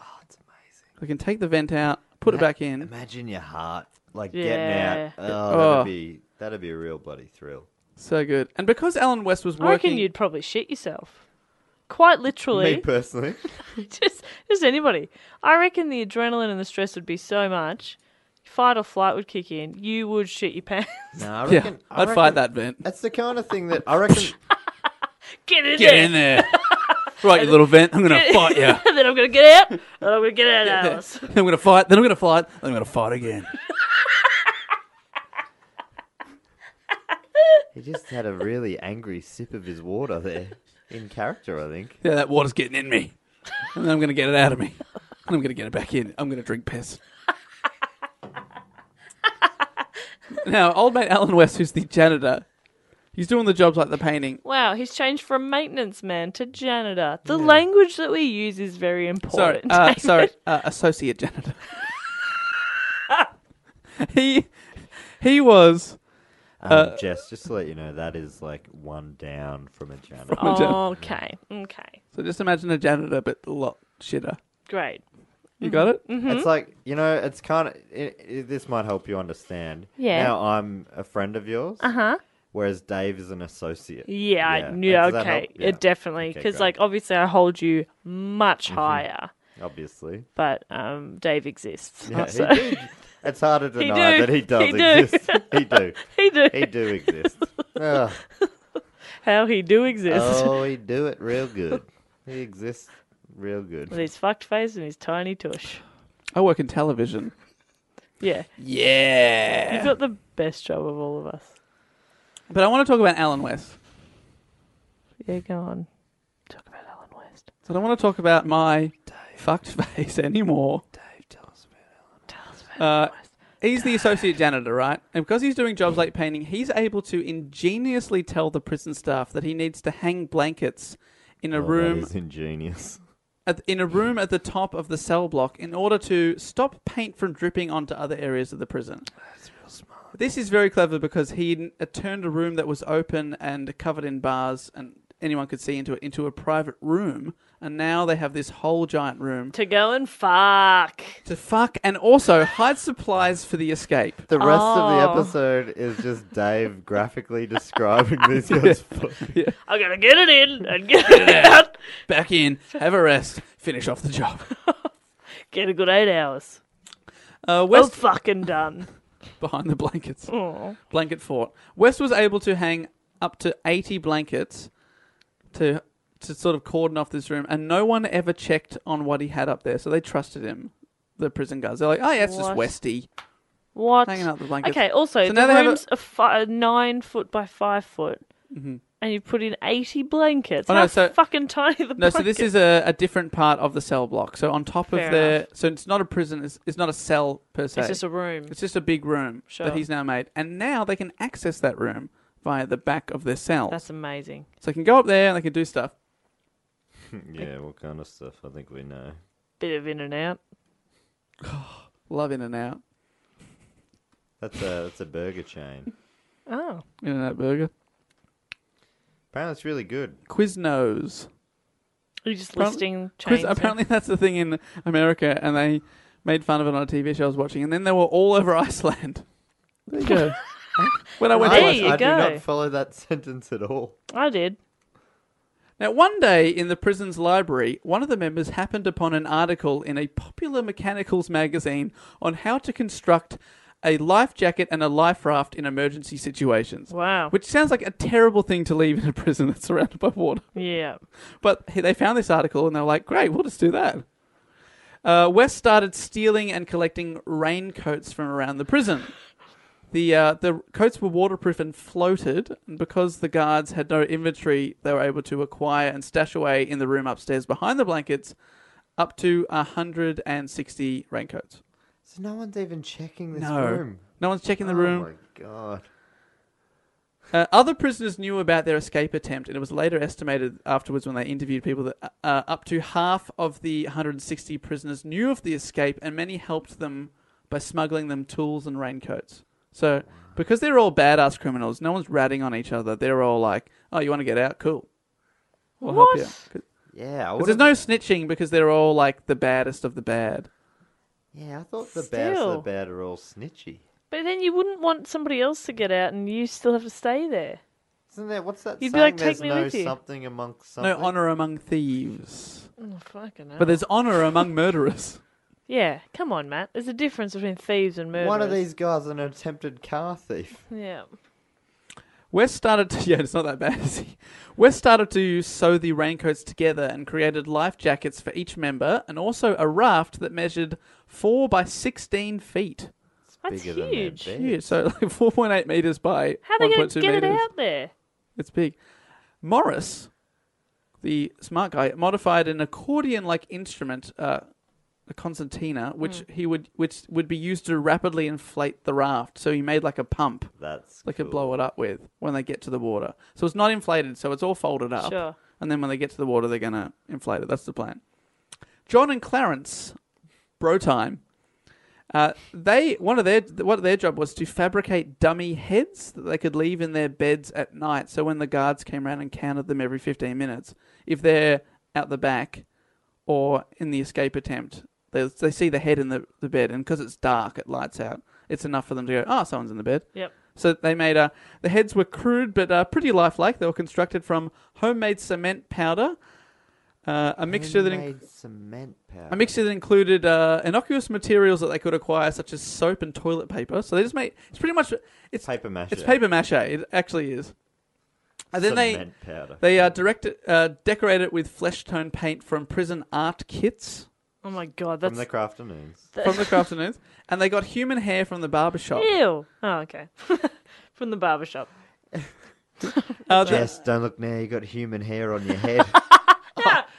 Speaker 5: Oh, it's amazing! They can take the vent out, put it back in.
Speaker 1: Imagine your heart like
Speaker 2: Yeah.
Speaker 1: getting out. Oh,
Speaker 5: Oh.
Speaker 1: that'd be that'd be a real bloody thrill.
Speaker 5: So good. And because Alan West was
Speaker 2: I reckon
Speaker 5: working,
Speaker 2: you'd probably shit yourself. Quite
Speaker 1: Me
Speaker 2: literally.
Speaker 1: personally,
Speaker 2: just just anybody. I reckon the adrenaline and the stress would be so much, fight or flight would kick in. You would shit your pants.
Speaker 1: no, I
Speaker 5: yeah,
Speaker 1: reckon I
Speaker 5: I'd fight
Speaker 1: reckon
Speaker 5: that vent.
Speaker 1: That's the kind of thing that I reckon.
Speaker 2: Get in
Speaker 5: Get
Speaker 2: there.
Speaker 5: in there, right, you little vent. I'm gonna fight you.
Speaker 2: then I'm gonna get out. And I'm gonna get out of the house.
Speaker 5: Then I'm gonna fight. Then I'm gonna fight. Then I'm gonna fight again.
Speaker 1: He just had a really angry sip of his water there. In character, I think.
Speaker 5: Yeah, that water's getting in me. And then I'm going to get it out of me. And I'm going to get it back in. I'm going to drink piss. now, old mate Alan West, who's the janitor, he's doing the jobs like the painting.
Speaker 2: Wow, he's changed from maintenance man to janitor. The language that we use is very
Speaker 5: Sorry,
Speaker 2: important.
Speaker 5: uh, sorry, uh, associate janitor. he he was
Speaker 1: Um,
Speaker 5: Uh,
Speaker 1: Jess, just to let you know, that is like one down from a janitor.
Speaker 2: Okay. Okay.
Speaker 5: So just imagine a janitor, but a lot shitter.
Speaker 2: Great.
Speaker 5: You got it?
Speaker 3: Mm-hmm.
Speaker 2: Mm-hmm.
Speaker 1: It's like you know, it's kind of it, it, this might help you understand.
Speaker 2: Yeah.
Speaker 1: Now I'm a friend of yours,
Speaker 2: Uh huh.
Speaker 1: whereas Dave is an associate.
Speaker 2: Yeah, I knew.
Speaker 1: Does that
Speaker 2: okay,
Speaker 1: help? Yeah.
Speaker 2: it definitely
Speaker 1: Okay,
Speaker 2: because
Speaker 1: great.
Speaker 2: like obviously I hold you much higher,
Speaker 1: obviously,
Speaker 2: but um, Dave exists.
Speaker 1: yeah,
Speaker 2: so.
Speaker 1: he do- It's harder to
Speaker 2: He
Speaker 1: deny
Speaker 2: do.
Speaker 1: that he does
Speaker 2: He do.
Speaker 1: exist. he do.
Speaker 2: He do.
Speaker 1: He do exist. Ugh.
Speaker 2: How he do exist
Speaker 1: Oh, he do it real good. He exists real good.
Speaker 3: Oh.
Speaker 2: with his fucked face and his tiny tush.
Speaker 5: I work in television.
Speaker 2: Yeah,
Speaker 5: Yeah.
Speaker 2: you've got the best job of all of us.
Speaker 5: But I want to talk about Alan West.
Speaker 2: Yeah, go on. Talk about Alan West.
Speaker 5: So I don't want to talk about my fucked face anymore. Uh, he's the associate janitor, right? And because he's doing jobs like painting, he's able to ingeniously tell the prison staff that he needs to hang blankets in a
Speaker 1: Oh,
Speaker 5: room
Speaker 1: That is ingenious.
Speaker 5: at, in a room at the top of the cell block in order to stop paint from dripping onto other areas of the prison. This is very clever because he uh, turned a room that was open and covered in bars and anyone could see into it into a private room, and now they have this whole giant room
Speaker 2: To go and fuck.
Speaker 5: to fuck and also hide supplies for the escape.
Speaker 1: The rest
Speaker 2: Oh.
Speaker 1: of the episode is just Dave graphically describing these guys.
Speaker 2: I gotta get it in and get it out.
Speaker 5: Back in, have a rest, finish off the job.
Speaker 2: Get a good eight hours.
Speaker 5: Uh,
Speaker 2: Well
Speaker 5: West
Speaker 2: fucking done.
Speaker 5: behind the blankets.
Speaker 2: Oh,
Speaker 5: blanket fort. West was able to hang up to 80 blankets to to sort of cordon off this room, and no one ever checked on what he had up there, so they trusted him. The prison guards. They're like, oh yeah, it's just
Speaker 2: What?
Speaker 5: Westy.
Speaker 2: what?
Speaker 5: Hanging up the blankets.
Speaker 2: Okay. Also,
Speaker 5: So now
Speaker 2: the
Speaker 5: they have a-
Speaker 2: room's a... fi- a nine foot by five foot, and you put in eighty blankets.
Speaker 5: Mm-hmm. Oh,
Speaker 2: How
Speaker 5: no, so-
Speaker 2: fucking tiny the
Speaker 5: No, so this
Speaker 2: blankets?
Speaker 5: is a, a different part of the cell block. So on top
Speaker 2: Fair
Speaker 5: of the, so it's not a prison. It's, it's not a cell per se.
Speaker 2: It's just a room.
Speaker 5: It's just a big room
Speaker 2: Sure.
Speaker 5: that he's now made, and now they can access that room via the back of their cell.
Speaker 2: That's amazing.
Speaker 5: so they can go up there and they can do stuff.
Speaker 1: yeah, what kind of stuff? I think we know.
Speaker 2: Bit of in and out.
Speaker 5: Love in and out,
Speaker 1: That's a that's a burger chain.
Speaker 2: Oh,
Speaker 5: in and out burger,
Speaker 1: Apparently, it's really good.
Speaker 5: Quiznos.
Speaker 2: you're just
Speaker 5: Apparently-
Speaker 2: listing chains.
Speaker 5: Quiz, apparently that's the thing in America, and they made fun of it on a TV show I was watching, and then they were all over Iceland. There you go. when I went
Speaker 2: There
Speaker 1: I,
Speaker 5: to
Speaker 2: you
Speaker 1: I
Speaker 5: Iceland.
Speaker 2: go.
Speaker 1: do not follow that sentence at all.
Speaker 2: I did.
Speaker 5: Now, one day in the prison's library, one of the members happened upon an article in a popular mechanicals magazine on how to construct a life jacket and a life raft in emergency situations.
Speaker 2: Wow.
Speaker 5: Which sounds like a terrible thing to leave in a prison that's surrounded by water.
Speaker 2: Yeah.
Speaker 5: But he- they found this article and they were like, great, we'll just do that. Uh, West started stealing and collecting raincoats from around the prison. The, uh, the coats were waterproof and floated, and because the guards had no inventory, they were able to acquire and stash away in the room upstairs behind the blankets up to 160 raincoats.
Speaker 1: So no one's even checking this
Speaker 5: No.
Speaker 1: room.
Speaker 5: No one's checking the room.
Speaker 1: Oh my god.
Speaker 5: Uh, other prisoners knew about their escape attempt, and it was later estimated afterwards when they interviewed people that uh, uh, up to half of the 160 prisoners knew of the escape, and many helped them by smuggling them tools and raincoats. So, because they're all badass criminals, no one's ratting on each other. They're all like, "Oh, you want to get out? Cool, we'll
Speaker 2: what?
Speaker 5: help you." 'Cause-
Speaker 1: Yeah, I
Speaker 5: 'cause
Speaker 1: would
Speaker 5: there's no snitching because they're all like the baddest of the bad.
Speaker 1: Yeah, I thought the bads of the
Speaker 2: Still.
Speaker 1: bad are all snitchy.
Speaker 2: But then you wouldn't want somebody else to get out, and you still have to stay there.
Speaker 1: Isn't there? What's that
Speaker 2: You'd be
Speaker 1: saying?
Speaker 2: like, "Take
Speaker 1: there's
Speaker 2: me
Speaker 1: no
Speaker 2: with you."
Speaker 1: something amongst something.
Speaker 5: No honor among thieves,
Speaker 2: Oh, fucking hell.
Speaker 5: but there's honor among murderers.
Speaker 2: Yeah, come on, Matt. There's a difference between thieves and murderers.
Speaker 1: One of these guys an attempted car thief.
Speaker 2: Yeah.
Speaker 5: West started to yeah, it's not that bad. Is he? West started to sew the raincoats together and created life jackets for each member, and also a raft that measured four by sixteen feet.
Speaker 1: It's
Speaker 2: That's
Speaker 1: bigger than their
Speaker 2: huge.
Speaker 1: bed.
Speaker 5: Yeah, so like four point eight meters by
Speaker 2: How are they
Speaker 5: one
Speaker 2: going
Speaker 5: point
Speaker 2: to
Speaker 5: two
Speaker 2: get
Speaker 5: meters.
Speaker 2: it out there?
Speaker 5: It's big. Morris, the smart guy, modified an accordion-like instrument, uh, a concertina, which he would which would be used to rapidly inflate the raft. So he made like a pump.
Speaker 1: That's
Speaker 5: they could
Speaker 1: cool.
Speaker 5: blow it up with when they get to the water. So it's not inflated, so it's all folded up.
Speaker 2: Sure.
Speaker 5: And then when they get to the water, they're going to inflate it. That's the plan. John and Clarence, bro time, Uh, they one of their what their job was to fabricate dummy heads that they could leave in their beds at night. So when the guards came around and counted them every fifteen minutes, if they're out the back or in the escape attempt, they, they see the head in the, the bed, and because it's dark, it lights out. It's enough for them to go, oh, someone's in the bed.
Speaker 2: Yep.
Speaker 5: So they made uh, the heads were crude but uh, pretty lifelike. They were constructed from homemade cement powder, uh, a mixture that. inc-
Speaker 1: Homemade cement powder.
Speaker 5: a mixture that included uh, innocuous materials that they could acquire, such as soap and toilet paper. So they just made it's pretty much it's
Speaker 1: Paper mache.
Speaker 5: It's paper mache. It actually is. And then
Speaker 1: Cement
Speaker 5: they
Speaker 1: powder.
Speaker 5: they uh, directed uh, decorate it with flesh tone paint from prison art kits
Speaker 2: Oh my god,
Speaker 1: from
Speaker 2: that's
Speaker 1: the crafternoons.
Speaker 5: from the afternoons, and they got human hair from the barber shop.
Speaker 2: ew. Oh okay, from the barber shop.
Speaker 5: Uh, the-
Speaker 1: Jess, don't look now. You got human hair on your head.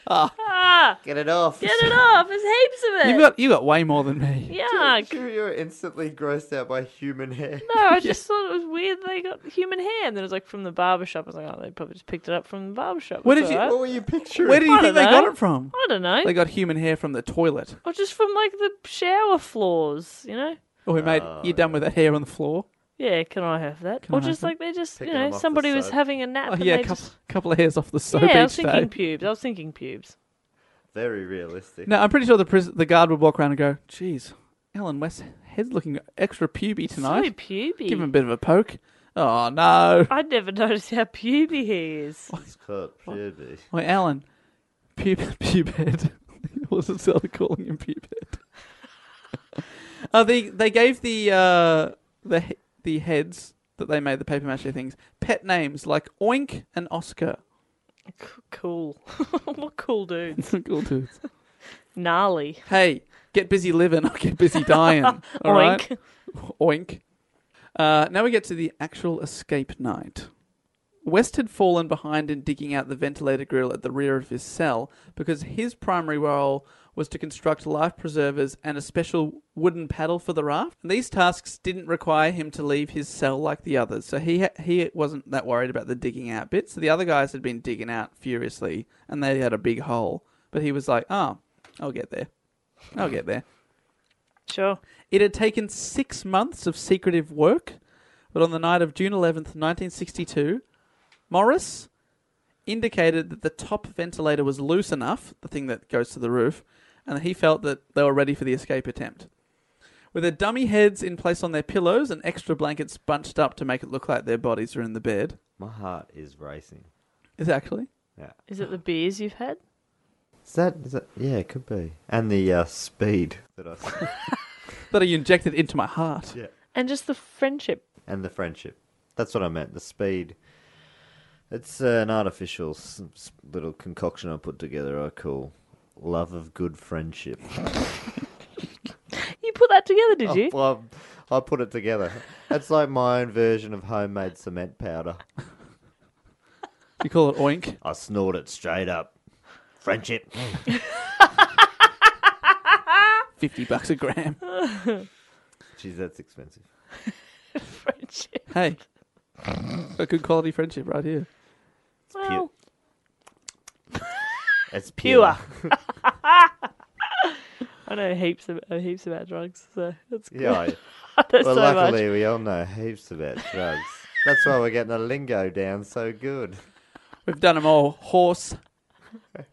Speaker 2: Ah,
Speaker 1: Get it off.
Speaker 2: get it off. There's heaps of it.
Speaker 5: you got you got way more than me.
Speaker 2: yeah.
Speaker 1: Sure, you're instantly grossed out by human hair.
Speaker 2: No, I just thought it was weird they got human hair, and then it was like from the barber shop. I was like, oh, they probably just picked it up from the barber shop.
Speaker 5: Where
Speaker 2: That's
Speaker 5: did you-
Speaker 2: all
Speaker 5: Oh.
Speaker 1: What
Speaker 2: right.
Speaker 1: were you picturing?
Speaker 5: Where do you
Speaker 2: I don't
Speaker 5: think they got
Speaker 2: know.
Speaker 5: it from?
Speaker 2: I don't know.
Speaker 5: They got human hair from the toilet.
Speaker 2: Or just from like the shower floors, you know?
Speaker 5: Oh, we made you done with that hair on the floor.
Speaker 2: Yeah, can I have that?
Speaker 5: Can
Speaker 2: or
Speaker 5: I have
Speaker 2: just
Speaker 5: that?
Speaker 2: like they just,
Speaker 1: Picking
Speaker 2: you know,
Speaker 1: them off the
Speaker 2: somebody was
Speaker 1: soap.
Speaker 2: having a nap.
Speaker 5: Oh
Speaker 2: and
Speaker 5: yeah, a
Speaker 2: they
Speaker 5: couple,
Speaker 2: just...
Speaker 5: couple of hairs off the soap
Speaker 2: yeah, I was
Speaker 5: each
Speaker 2: thinking
Speaker 5: day.
Speaker 2: pubes. I was thinking pubes.
Speaker 1: Very realistic.
Speaker 5: No, I'm pretty sure the pris- the guard would walk around and go, "Geez, Alan West's head's looking extra puby tonight.
Speaker 2: So puby.
Speaker 5: Give him a bit of a poke." Oh no,
Speaker 2: I'd never noticed how puby he is.
Speaker 5: Oh,
Speaker 1: It's called puberty.
Speaker 5: Wait, Alan, pub pubed. What's it started calling him pubed? uh, they they gave the uh, the he- the heads that they made the paper mache things pet names like Oink and Oscar.
Speaker 2: C- cool. what cool dudes.
Speaker 5: cool dudes.
Speaker 2: Gnarly.
Speaker 5: Hey, get busy living or get busy dying. All right.
Speaker 2: Oink.
Speaker 5: Oink. Uh, now we get to the actual escape night. West had fallen behind in digging out the ventilator grill at the rear of his cell because his primary role was to construct life preservers and a special wooden paddle for the raft. And these tasks didn't require him to leave his cell like the others, so he ha- he wasn't that worried about the digging out bit. So the other guys had been digging out furiously, and they had a big hole. But he was like, "Ah, I'll get there. I'll get there."
Speaker 2: Sure.
Speaker 5: It had taken six months of secretive work, but on the night of June 11th, 1962, Morris indicated that the top ventilator was loose enough, the thing that goes to the roof, and that he felt that they were ready for the escape attempt. With their dummy heads in place on their pillows and extra blankets bunched up to make it look like their bodies are in the bed.
Speaker 1: My heart is racing.
Speaker 5: Exactly.
Speaker 1: Yeah.
Speaker 2: Is it the beers you've had?
Speaker 1: Is that, is that? Yeah, it could be. And the uh, speed that I. saw.
Speaker 5: That he injected into my heart.
Speaker 1: Yeah.
Speaker 2: And just the friendship.
Speaker 1: and the friendship. That's what I meant. The speed. It's uh, an artificial s- s- little concoction I put together. I call love of good friendship.
Speaker 2: You put that together,
Speaker 5: Oh,
Speaker 2: did you?
Speaker 1: Well, Um, I put it together. It's like my own version of homemade cement powder.
Speaker 5: You call it oink.
Speaker 1: I snort it straight up. Friendship.
Speaker 5: 50 bucks a gram.
Speaker 1: Jeez, that's expensive.
Speaker 2: friendship.
Speaker 5: Hey. A good quality friendship right here.
Speaker 2: Well,
Speaker 1: It's
Speaker 2: pure.
Speaker 1: pure.
Speaker 2: I know heaps of uh, heaps about drugs, so that's good.
Speaker 1: Yeah. I-
Speaker 2: There's
Speaker 1: well,
Speaker 2: so
Speaker 1: luckily
Speaker 2: much.
Speaker 1: we all know heaps about drugs. That's why we're getting the lingo down so good.
Speaker 5: We've done them all. Horse,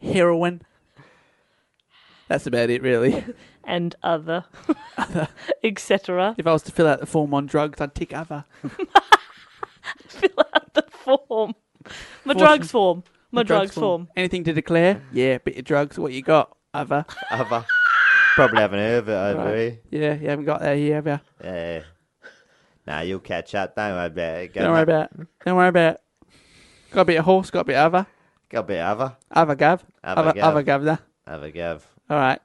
Speaker 5: heroin. That's about it, really.
Speaker 2: and other, etc.
Speaker 5: If I was to fill out the form on drugs, I'd tick other.
Speaker 2: Fill out the form. My
Speaker 5: Fortune-
Speaker 2: drugs form. My drugs, form.
Speaker 5: Anything to declare? Yeah, bit of drugs. What you got? Other.
Speaker 1: Other. Probably haven't heard of it over here.
Speaker 5: Yeah, you haven't got there yet, have you?
Speaker 1: Yeah. Now you'll catch up. Don't worry about it. Go
Speaker 5: Don't worry
Speaker 1: back-
Speaker 5: about it. Don't worry about it. Got a bit of horse, got a bit of other.
Speaker 1: Go a bit other.
Speaker 5: Other gav.
Speaker 1: Other
Speaker 5: Other,
Speaker 1: gav.
Speaker 5: other gav there.
Speaker 1: Have a gav.
Speaker 5: All right.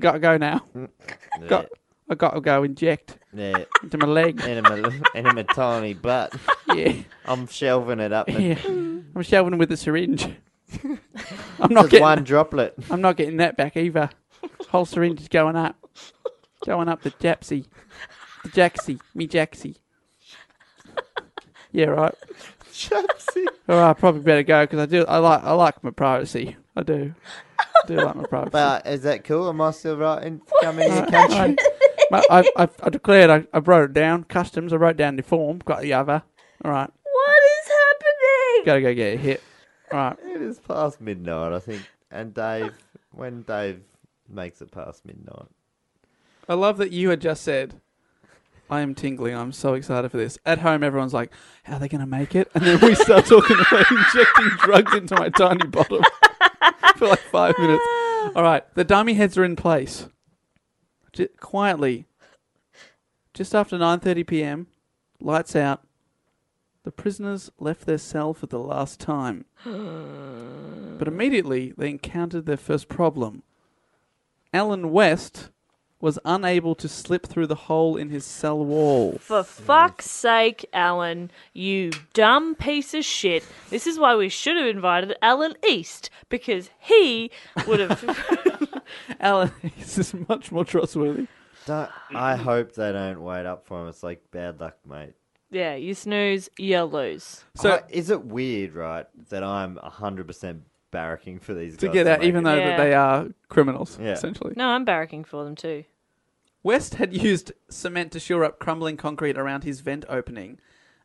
Speaker 5: got to go now.
Speaker 1: Yeah.
Speaker 5: Got, I got to go inject
Speaker 1: Mm. Yeah.
Speaker 5: into my leg.
Speaker 1: In my, in my tiny butt.
Speaker 5: Yeah.
Speaker 1: I'm shelving it up.
Speaker 5: yeah.
Speaker 1: It's
Speaker 5: I'm shoving him with a syringe. I'm not
Speaker 1: Just
Speaker 5: getting
Speaker 1: one droplet.
Speaker 5: I'm not getting that back either. Whole syringe is going up. Going up the Japsy. The Jaxy. Me Jaxy. Yeah, right.
Speaker 1: Chapsy.
Speaker 5: All right, I probably better go because I do. I like. I like my privacy. I do. I do like my privacy.
Speaker 1: But is that cool? Am I still right in coming in your country?
Speaker 5: I, I, I, I declared, I, I wrote it down. Customs, I wrote down the form. Got the other. All right.
Speaker 2: What is happening?
Speaker 5: Gotta go get a hit. All right.
Speaker 1: It is past midnight, I think. And Dave, when Dave makes it past midnight,
Speaker 5: I love that you had just said, I am tingling. I'm so excited for this. At home, everyone's like, how are they going to make it? And then we start talking about injecting drugs into my tiny bottom for like five minutes. All right. The dummy heads are in place. Ju- quietly. Just after 9.30 p.m., lights out. The prisoners left their cell for the last time. But immediately, they encountered their first problem. Alan West was unable to slip through the hole in his cell wall.
Speaker 2: For fuck's sake, Alan, you dumb piece of shit. This is why we should have invited Alan East, because he would have.
Speaker 5: Alan East is much more trustworthy.
Speaker 1: don't, I hope they don't wait up for him. It's like bad luck, mate.
Speaker 2: yeah, you snooze, you lose.
Speaker 5: So-
Speaker 1: I- is it weird, right, that I'm hundred percent barracking for these
Speaker 5: To
Speaker 1: guys
Speaker 5: get out,
Speaker 1: make
Speaker 5: even
Speaker 1: it?
Speaker 5: though
Speaker 2: Yeah.
Speaker 5: that they are criminals,
Speaker 1: Yeah.
Speaker 5: essentially.
Speaker 2: No, I'm barracking for them too.
Speaker 5: West had used cement to shore up crumbling concrete around his vent opening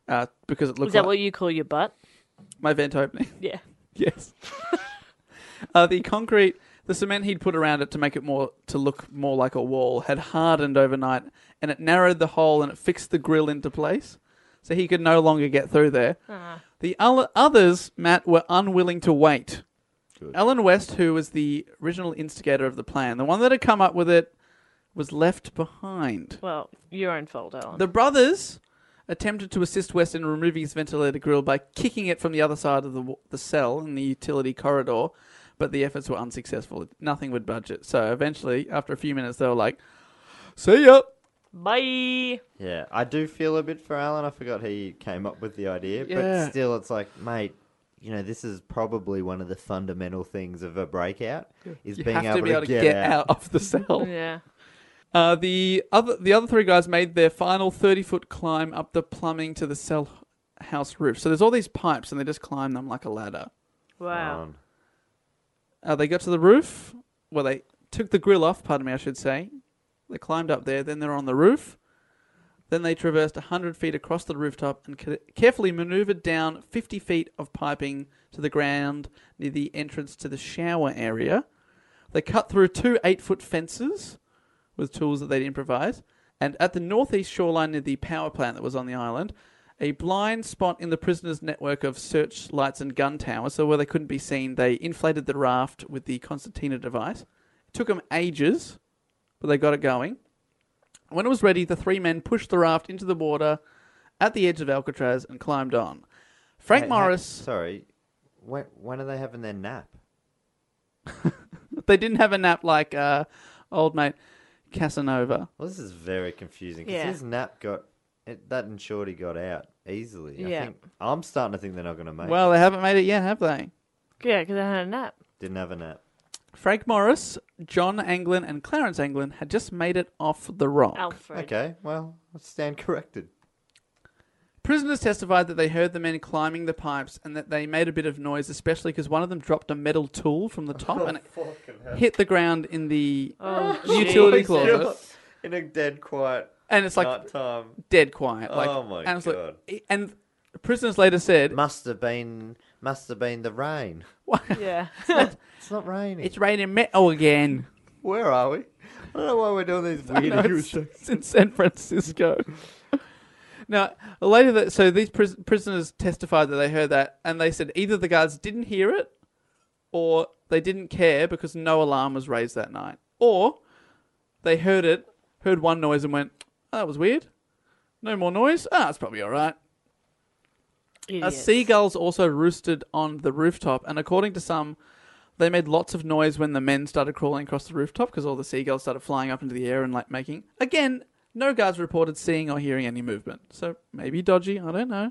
Speaker 5: uh, because it
Speaker 2: is
Speaker 5: looked
Speaker 2: that
Speaker 5: like
Speaker 2: what you call your butt?
Speaker 5: my vent opening.
Speaker 2: Yeah.
Speaker 5: yes. uh, the concrete, the cement he'd put around it to make it more to look more like a wall had hardened overnight, and it narrowed the hole and it fixed the grill into place, so he could no longer get through there. The o- others, Matt, were unwilling to wait. Ellen West, who was the original instigator of the plan, the one that had come up with it, was left behind.
Speaker 2: Well, your own fault, Alan.
Speaker 5: The brothers attempted to assist West in removing his ventilator grill by kicking it from the other side of the, w- the cell in the utility corridor, but the efforts were unsuccessful. Nothing would budge it. So eventually, after a few minutes, they were like, "See ya."
Speaker 2: Bye.
Speaker 1: Yeah, I do feel a bit for Alan. I forgot he came up with the idea,
Speaker 5: Yeah.
Speaker 1: but still, it's like, mate, you know, this is probably one of the fundamental things of a breakout is
Speaker 5: You
Speaker 1: being
Speaker 5: have
Speaker 1: able
Speaker 5: to be able to get, out. of the cell.
Speaker 2: Yeah.
Speaker 5: Uh, the other the other three guys made their final thirty foot climb up the plumbing to the cell house roof. So there's all these pipes, and they just climb them like a ladder.
Speaker 2: Wow.
Speaker 1: Um,
Speaker 5: Uh, they got to the roof. Well, they took the grill off, pardon me, I should say. They climbed up there. Then they're on the roof. Then they traversed 100 feet across the rooftop and ca- carefully maneuvered down 50 feet of piping to the ground near the entrance to the shower area. They cut through two eight foot fences with tools that they'd improvised. And at the northeast shoreline near the power plant that was on the island, a blind spot in the prisoners' network of searchlights and gun towers, so where they couldn't be seen, they inflated the raft with the Constantina device. It took them ages, but they got it going. When it was ready, the three men pushed the raft into the water at the edge of Alcatraz and climbed on. Frank
Speaker 1: hey, hey,
Speaker 5: Morris,
Speaker 1: sorry, when, when are they having their nap?
Speaker 5: they didn't have a nap like uh, old mate Casanova.
Speaker 1: Well, this is very confusing because
Speaker 2: Yeah.
Speaker 1: his nap got it, that and Shorty got out easily.
Speaker 2: Yeah.
Speaker 1: I think, I'm starting to think they're not going to make.
Speaker 5: Well,
Speaker 1: it.
Speaker 5: they haven't made it yet, have they?
Speaker 2: Yeah, because I had a nap.
Speaker 1: didn't have a nap.
Speaker 5: Frank Morris, John Anglin, and Clarence Anglin had just made it off the rock.
Speaker 2: Alfred.
Speaker 1: Okay, well, I stand corrected.
Speaker 5: Prisoners testified that they heard the men climbing the pipes and that they made a bit of noise, especially because one of them dropped a metal tool from the top and it hit the ground in the
Speaker 2: Oh,
Speaker 5: utility
Speaker 2: Jesus.
Speaker 5: closet.
Speaker 1: in a dead quiet
Speaker 5: And it's like
Speaker 1: time.
Speaker 5: dead quiet. Like,
Speaker 1: Oh my
Speaker 5: and it's like-
Speaker 1: God.
Speaker 5: and prisoners later said,
Speaker 1: Must have been, must have been the rain.
Speaker 2: Yeah.
Speaker 1: It's not raining.
Speaker 5: "It's raining metal again."
Speaker 1: Where are we? I don't know why we're doing these weird
Speaker 5: No,
Speaker 1: English
Speaker 5: it's, it's in San Francisco. now, later, that, so these pris- prisoners testified that they heard that, and they said either the guards didn't hear it, or they didn't care because no alarm was raised that night, or they heard it, heard one noise, and went, oh, "That was weird." No more noise. Ah, it's probably all right. Uh,
Speaker 2: Idiots.
Speaker 5: seagulls also roosted on the rooftop, and according to some, they made lots of noise when the men started crawling across the rooftop because all the seagulls started flying up into the air and like making. Again, no guards reported seeing or hearing any movement, so maybe dodgy. I don't know.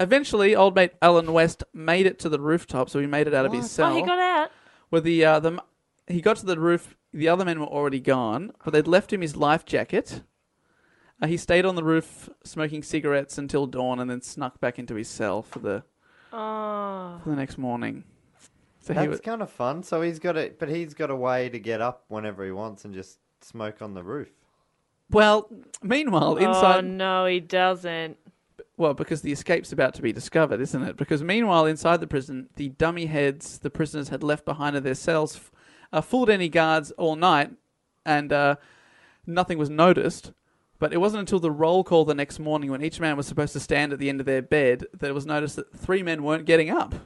Speaker 5: Eventually, old mate Alan West made it to the rooftop, so he made it out of his cell.
Speaker 2: Oh, he got out.
Speaker 5: Where the uh, the m- he got to the roof, the other men were already gone, but they'd left him his life jacket. Uh, he stayed on the roof smoking cigarettes until dawn, and then snuck back into his cell for the
Speaker 2: Oh.
Speaker 5: for the next morning. So he
Speaker 1: That's
Speaker 5: was,
Speaker 1: kind of fun. So he's got it, but he's got a way to get up whenever he wants and just smoke on the roof.
Speaker 5: Well, meanwhile, inside.
Speaker 2: Oh no, he doesn't.
Speaker 5: Well, because the escape's about to be discovered, isn't it? Because meanwhile, inside the prison, the dummy heads the prisoners had left behind in their cells f- uh, fooled any guards all night, and uh, nothing was noticed. But it wasn't until the roll call the next morning, when each man was supposed to stand at the end of their bed, that it was noticed that three men weren't getting up.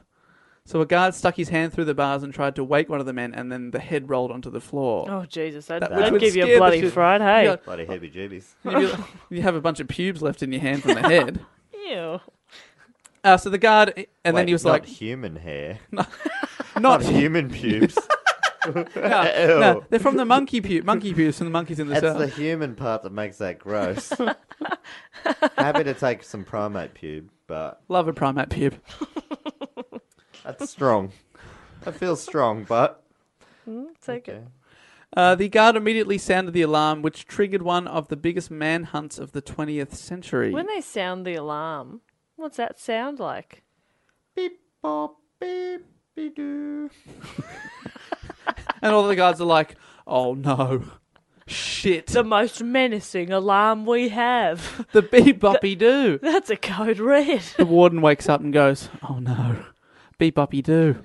Speaker 5: So a guard stuck his hand through the bars and tried to wake one of the men, and then the head rolled onto the floor.
Speaker 2: Oh Jesus, that'd,
Speaker 5: That
Speaker 2: that,
Speaker 5: would
Speaker 2: would give you
Speaker 5: scare the
Speaker 2: a bloody
Speaker 5: shit-
Speaker 2: fright. Hey,
Speaker 5: Yeah.
Speaker 1: Bloody heavy jeebies.
Speaker 5: And you'd be like- you have a bunch of pubes left in your hand from the head.
Speaker 2: ew.
Speaker 5: Uh, so the guard, and then he was like,
Speaker 1: human hair,
Speaker 5: not
Speaker 1: not human pubes.
Speaker 5: no, no, they're from the monkey pubes, monkey pubes from the monkeys in the
Speaker 1: It's
Speaker 5: cell.
Speaker 1: the human part that makes that gross. Happy to take some primate pube, but
Speaker 5: Love a primate pube.
Speaker 1: that's strong. I feel strong, but
Speaker 2: Take it.
Speaker 5: Uh, the guard immediately sounded the alarm, which triggered one of the biggest manhunts of the 20th century.
Speaker 2: When they sound the alarm, what's that sound like?
Speaker 1: beep bop beep be doo.
Speaker 5: And all the guards are like, oh no, shit,
Speaker 2: The
Speaker 5: the,
Speaker 2: most menacing alarm we have.
Speaker 5: beep boppy doo.
Speaker 2: That's a code red.
Speaker 5: The warden wakes up and goes, oh no, beep boppy doo.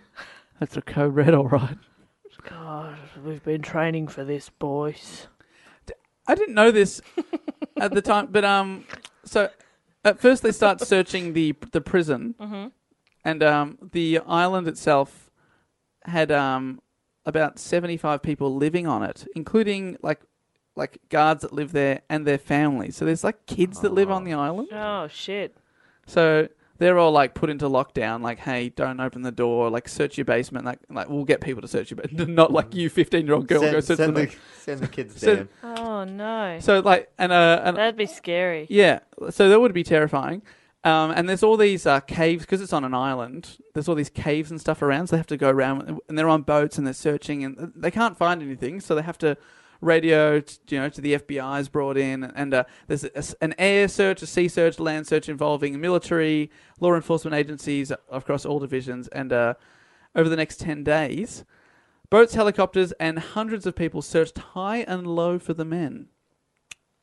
Speaker 5: That's a code red, all right.
Speaker 2: God, we've been training for this, boys.
Speaker 5: I didn't know this at the time, but um, so at first they start searching the the prison, and um, the island itself had um about seventy five people living on it, including like like guards that live there and their families. So there's like kids that live on the island.
Speaker 2: Oh shit.
Speaker 5: So they're all like put into lockdown, like, hey, don't open the door, like search your basement, like like we'll get people to search your basement, not like you fifteen year old girl go
Speaker 1: Send,
Speaker 5: search
Speaker 1: send
Speaker 5: the.
Speaker 1: the, send the kids
Speaker 5: Send-
Speaker 1: down.
Speaker 2: Oh no.
Speaker 5: So like and uh and
Speaker 2: That'd be scary.
Speaker 5: Yeah, so that would be terrifying. Um, and there's all these uh, caves because it's on an island. There's all these caves and stuff around, so they have to go around, and they're on boats and they're searching, and they can't find anything, so they have to radio, t- you know, to the FBI's brought in, and uh, there's a- an air search, a sea search, land search involving military, law enforcement agencies across all divisions, and uh, over the next ten days, boats, helicopters, and hundreds of people searched high and low for the men.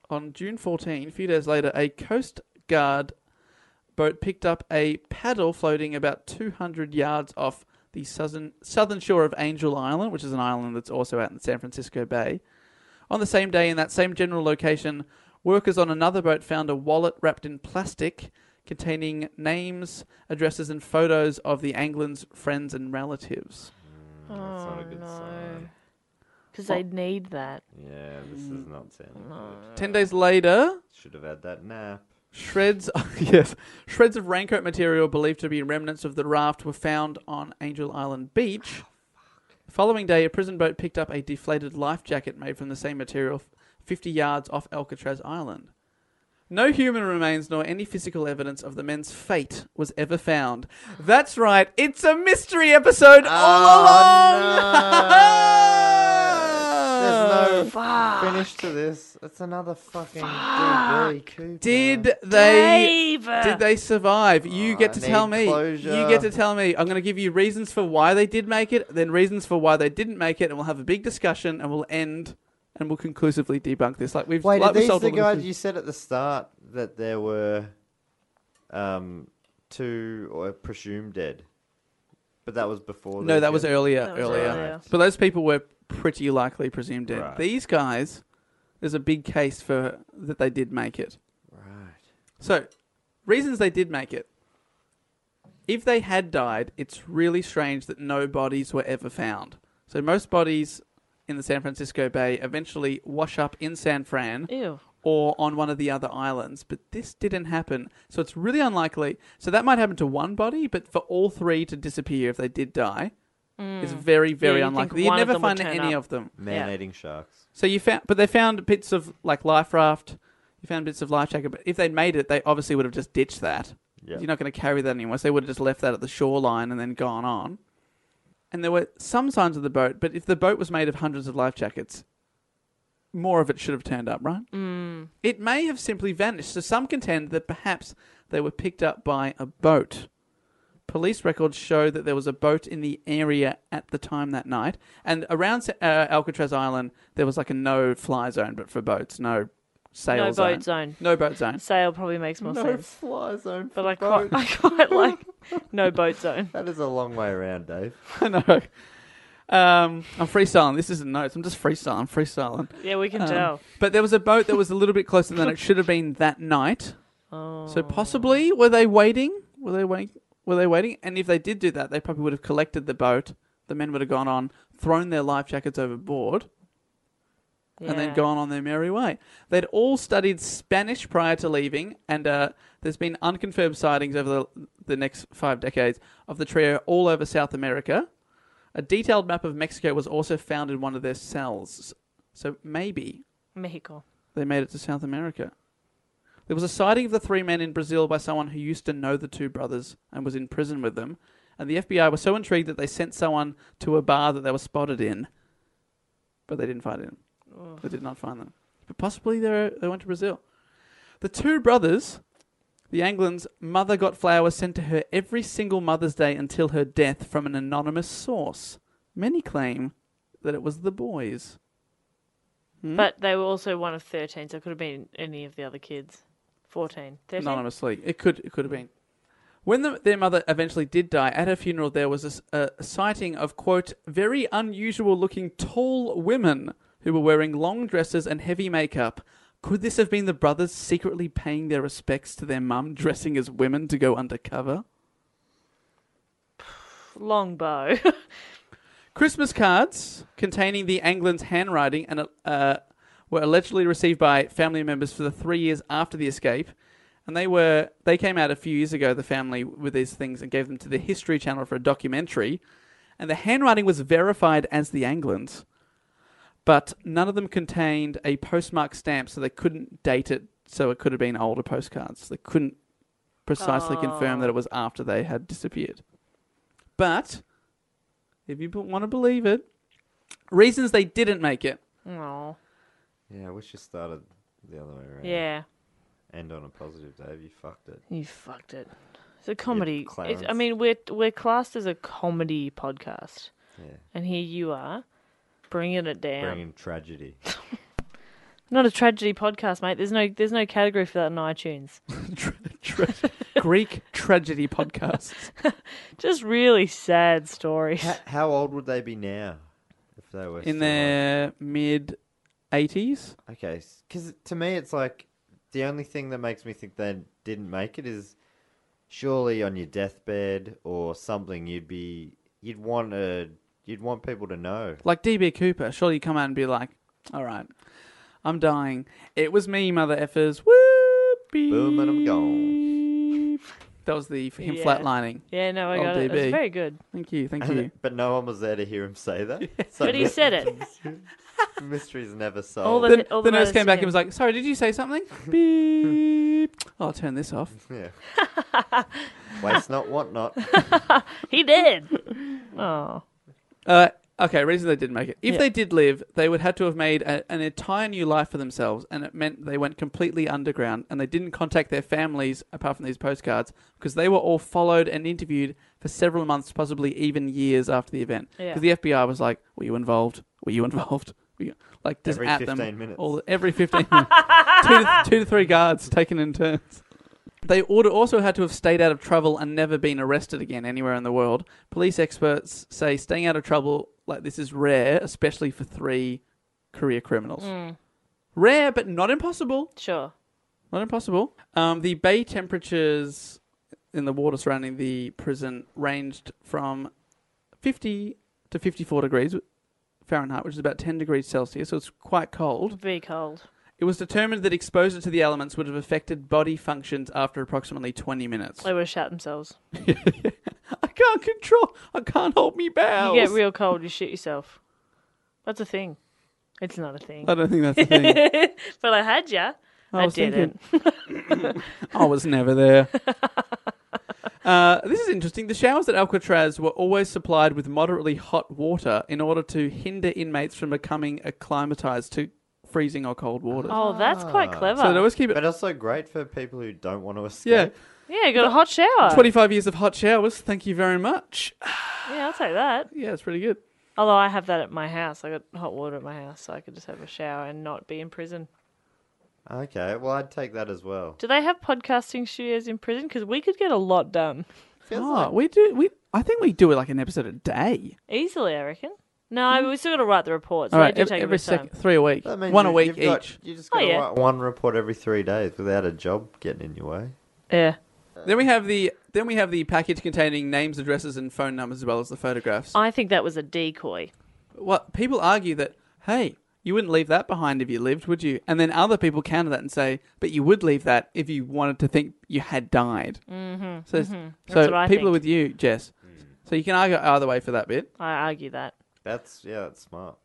Speaker 5: On June 14, a few days later, a Coast Guard boat picked up a paddle floating about 200 yards off the southern, southern shore of Angel Island, which is an island that's also out in San Francisco Bay. On the same day, in that same general location, workers on another boat found a wallet wrapped in plastic containing names, addresses, and photos of the Anglin's friends and relatives.
Speaker 1: That's not a good sign.
Speaker 2: Because they need that.
Speaker 1: Yeah, this is not sounding good.
Speaker 5: Ten days later,
Speaker 1: Should have had that nap.
Speaker 5: Shreds, yes, shreds of raincoat material believed to be remnants of the raft were found on Angel Island Beach. The following day, a prison boat picked up a deflated life jacket made from the same material, fifty yards off Alcatraz Island. No human remains nor any physical evidence of the men's fate was ever found. That's right, it's a mystery episode
Speaker 1: Oh,
Speaker 5: all along.
Speaker 1: There's no finish to this. It's another fucking DB Cooper.
Speaker 5: Did they?
Speaker 2: Dave!
Speaker 5: Did they survive? You get
Speaker 1: Oh, I
Speaker 5: to
Speaker 1: need
Speaker 5: tell me. You
Speaker 1: closure.
Speaker 5: get to tell me. I'm going to give you reasons for why they did make it, then reasons for why they didn't make it, and we'll have a big discussion, and we'll end, and we'll conclusively debunk this. Like we've
Speaker 1: Wait,
Speaker 5: like
Speaker 1: are
Speaker 5: we
Speaker 1: these
Speaker 5: solved
Speaker 1: the
Speaker 5: all the
Speaker 1: guys
Speaker 5: mysteries.
Speaker 1: you said at the start that there were um, two or presumed dead? But that was before.
Speaker 5: No,
Speaker 1: they
Speaker 5: that was
Speaker 1: killed-
Speaker 5: earlier.
Speaker 2: That was
Speaker 5: earlier.
Speaker 2: earlier.
Speaker 5: But those people were pretty likely presumed dead.
Speaker 1: Right.
Speaker 5: These guys, there's a big case for that they did make it.
Speaker 1: Right.
Speaker 5: So, reasons they did make it. If they had died, it's really strange that no bodies were ever found. So, most bodies in the San Francisco Bay eventually wash up in San Fran
Speaker 2: Ew.
Speaker 5: or on one of the other islands, but this didn't happen. So, it's really unlikely. So, that might happen to one body, but for all three to disappear if they did die. It's very, very
Speaker 2: you'd Hmm. think
Speaker 5: unlikely. You'd
Speaker 2: one of
Speaker 5: never
Speaker 2: them would
Speaker 5: find
Speaker 2: turn
Speaker 5: any
Speaker 2: up.
Speaker 5: of them.
Speaker 1: Man eating sharks.
Speaker 5: So you found, but they found bits of like life raft. You found bits of life jacket, but if they'd made it, they obviously would have just ditched that.
Speaker 1: Yeah.
Speaker 5: You're not going to carry that anymore. So they would have just left that at the shoreline and then gone on. And there were some signs of the boat, but if the boat was made of hundreds of life jackets, more of it should have turned up, right? Mm. It may have simply vanished. So some contend that perhaps they were picked up by a boat. Police records show that there was a boat in the area at the time that night, and around uh, Alcatraz Island there was like a no-fly zone, but for boats, no Sail
Speaker 2: no
Speaker 5: zone.
Speaker 2: boat zone.
Speaker 5: No boat zone.
Speaker 2: Sail probably makes more
Speaker 1: No
Speaker 2: sense.
Speaker 1: fly zone.
Speaker 2: But
Speaker 1: for
Speaker 2: I quite,
Speaker 1: boat.
Speaker 2: I quite like no boat zone.
Speaker 1: That is a long way around, Dave.
Speaker 5: I know. Um, I'm freestyling. This isn't notes. I'm just freestyling. I'm freestyling.
Speaker 2: Yeah, we can
Speaker 5: Um,
Speaker 2: tell.
Speaker 5: But there was a boat that was a little bit closer than it should have been that night. So possibly were they waiting? Were they waiting? Were they waiting? And if they did do that, they probably would have collected the boat. The men would have gone on, thrown their life jackets overboard, and then
Speaker 2: Yeah.
Speaker 5: gone on their merry way. They'd all studied Spanish prior to leaving, and uh, there's been unconfirmed sightings over the, the next five decades of the trio all over South America. A detailed map of Mexico was also found in one of their cells. So maybe
Speaker 2: Mexico.
Speaker 5: they made it to South America. There was a sighting of the three men in Brazil by someone who used to know the two brothers and was in prison with them, and the FBI were so intrigued that they sent someone to a bar that they were spotted in. But they didn't find him. They did not find them. But possibly they they went to Brazil. The two brothers, the Anglins, mother got flowers sent to her every single Mother's Day until her death from an anonymous source. Many claim that it was the boys. Hmm?
Speaker 2: But they were also one of 13, so it could have been any of the other kids. 14. 13?
Speaker 5: anonymously. It could it could have been. When the, their mother eventually did die, at her funeral there was a s- a, sighting of quote very unusual looking tall women who were wearing long dresses and heavy makeup. Could this have been the brothers secretly paying their respects to their mum, dressing as women to go undercover?
Speaker 2: Longbow.
Speaker 5: Christmas cards containing the Anglin's handwriting and uh, were allegedly received by family members for the three years after the escape, and they were they came out a few years ago. The family with these things and gave them to the History Channel for a documentary, and the handwriting was verified as the Anglin's, but none of them contained a postmark stamp, so they couldn't date it. So it could have been older postcards. They couldn't precisely confirm that it was after they had disappeared, but if you want to believe it. Reasons they didn't make it.
Speaker 2: Aw.
Speaker 1: Yeah, I wish you started the other way around.
Speaker 2: Yeah.
Speaker 1: End on a positive, Dave. You fucked it.
Speaker 2: You fucked it. It's a comedy. It's, I
Speaker 1: Clarence.
Speaker 2: mean, we're we're classed as a comedy podcast,
Speaker 1: Yeah.
Speaker 2: and here you are, bringing it down.
Speaker 1: Bringing tragedy.
Speaker 2: Not a tragedy podcast, mate. There's no there's no category for that in iTunes.
Speaker 5: Tra- tra- Greek tragedy podcasts.
Speaker 2: Just really sad stories.
Speaker 1: how, how old would they be now if they were
Speaker 5: In
Speaker 1: still alive?
Speaker 5: their mid 80s.
Speaker 1: Okay, because to me, it's like the only thing that makes me think they didn't make it is surely on your deathbed or something you'd be you'd want to you'd want people to know.
Speaker 5: Like DB Cooper. Surely you come out and be like, all right, I'm dying. It was me, mother effers. Whoop, beep.
Speaker 1: Boom, and I'm gone.
Speaker 5: That was the for him
Speaker 2: Yeah.
Speaker 5: flatlining.
Speaker 2: Yeah, no, I
Speaker 5: Old
Speaker 2: got it.
Speaker 5: DB.
Speaker 2: It's very good.
Speaker 5: Thank you. Thank
Speaker 1: And
Speaker 5: you.
Speaker 1: it- but no one was there to hear him say that. So
Speaker 2: But he
Speaker 1: the
Speaker 2: said it.
Speaker 1: mystery's never solved.
Speaker 2: All the,
Speaker 5: The,
Speaker 2: all the
Speaker 5: the nurse
Speaker 2: mothers
Speaker 5: came
Speaker 2: to
Speaker 5: back
Speaker 2: him.
Speaker 5: and was like, sorry, did you say something? Beep. Oh, I'll turn this off.
Speaker 1: Yeah. Waste not, want not.
Speaker 2: He did. oh.
Speaker 5: Uh, okay, reason they didn't make it. If
Speaker 2: Yeah.
Speaker 5: they did live, they would have to have made a, an entire new life for themselves, and it meant they went completely underground and they didn't contact their families apart from these postcards because they were all followed and interviewed for several months, possibly even years after the event.
Speaker 2: Yeah.
Speaker 5: Because the FBI was like, "Were you involved? Were you involved?" Were you-" Like just
Speaker 1: Every
Speaker 5: at
Speaker 1: 15
Speaker 5: them
Speaker 1: minutes.
Speaker 5: all every fifteen minutes, two, to, two to three guards taken in turns. They ought also had to have stayed out of trouble and never been arrested again anywhere in the world. Police experts say staying out of trouble like this is rare, especially for three career criminals. Rare, but not impossible.
Speaker 2: Sure.
Speaker 5: Not impossible. Um, the bay temperatures in the water surrounding the prison ranged from 50 to 54 degrees Fahrenheit, which is about 10 degrees Celsius, so it's quite cold.
Speaker 2: Very cold.
Speaker 5: It was determined that exposure to the elements would have affected body functions after approximately 20 minutes.
Speaker 2: They would have shot themselves.
Speaker 5: I can't control. I can't hold me
Speaker 2: You
Speaker 5: bowels.
Speaker 2: get real cold, you shit yourself. That's a thing. It's not a thing.
Speaker 5: I don't think that's the thing.
Speaker 2: but I had ya. I,
Speaker 5: was
Speaker 2: didn't.
Speaker 5: I was never there. Uh, this is interesting. The showers at Alcatraz were always supplied with moderately hot water in order to hinder inmates from becoming acclimatized to freezing or cold water.
Speaker 2: Oh, that's
Speaker 1: Ah.
Speaker 2: quite clever.
Speaker 5: so they always keep it.
Speaker 1: But also great for people who don't want to escape.
Speaker 5: Yeah,
Speaker 2: yeah, you got a hot shower.
Speaker 5: 25 years of hot showers. Thank you very much.
Speaker 2: Yeah, I'll take that.
Speaker 5: Yeah, it's pretty good.
Speaker 2: Although I have that at my house. I got hot water at my house, so I could just have a shower and not be in prison.
Speaker 1: Okay, well, I'd take that as well.
Speaker 2: Do they have podcasting studios in prison? Because we could get a lot done
Speaker 5: oh, we do. We I think we do it like an episode a day.
Speaker 2: easily, I reckon. No, we still got to write the reports.
Speaker 5: Hmm. All
Speaker 2: they
Speaker 5: right,
Speaker 2: do
Speaker 5: ev-
Speaker 2: take a
Speaker 5: every
Speaker 2: bit of time.
Speaker 5: second, three a week,
Speaker 1: That means
Speaker 5: one a
Speaker 1: you-
Speaker 5: week
Speaker 1: you've
Speaker 5: each.
Speaker 1: got- you just
Speaker 2: Oh,
Speaker 1: got to
Speaker 2: yeah.
Speaker 1: write one report every three days without a job getting in your way.
Speaker 2: Yeah.
Speaker 5: Then we have the then we have the package containing names, addresses, and phone numbers as well as the photographs.
Speaker 2: I think that was a decoy.
Speaker 5: What people argue that hey, you wouldn't leave that behind if you lived, would you? And then other people counter that and say, but you would leave that if you wanted to think you had died. Mm-hmm, so so
Speaker 2: what I
Speaker 5: people are
Speaker 2: think.
Speaker 5: with you, Jess. So you can argue either way for that bit.
Speaker 2: I argue that.
Speaker 1: That's yeah, that's smart.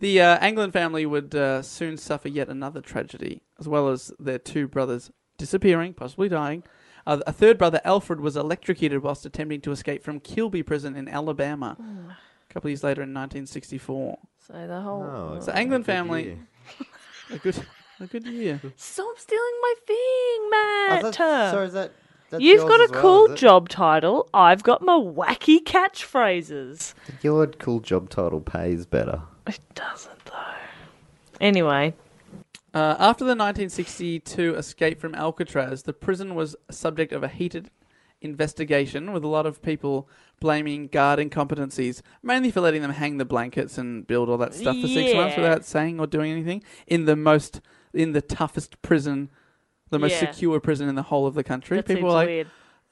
Speaker 5: The uh, Anglin family would uh, soon suffer yet another tragedy, as well as their two brothers disappearing, possibly dying. Uh, a third brother, Alfred, was electrocuted whilst attempting to escape from Kilby Prison in Alabama. A couple of years later, in 1964.
Speaker 2: So the whole.
Speaker 1: Oh,
Speaker 5: So Anglin family, a good, a good year.
Speaker 2: Stop stealing my thing, Matt.
Speaker 1: Oh, that's, so is that that's
Speaker 2: You've
Speaker 1: yours
Speaker 2: got
Speaker 1: as
Speaker 2: a
Speaker 1: well,
Speaker 2: cool
Speaker 1: is it?
Speaker 2: job title. I've got my wacky catchphrases.
Speaker 1: Your cool job title pays better.
Speaker 2: It doesn't though. Anyway,
Speaker 5: Uh, after the 1962 escape from Alcatraz, the prison was subject of a heated investigation, with a lot of people blaming guard incompetencies, mainly for letting them hang the blankets and build all that stuff for six
Speaker 2: Yeah.
Speaker 5: months without saying or doing anything in the most in the toughest prison, the most
Speaker 2: Yeah.
Speaker 5: secure prison in the whole of the country.
Speaker 2: that
Speaker 5: people
Speaker 2: seems
Speaker 5: were like,
Speaker 2: weird.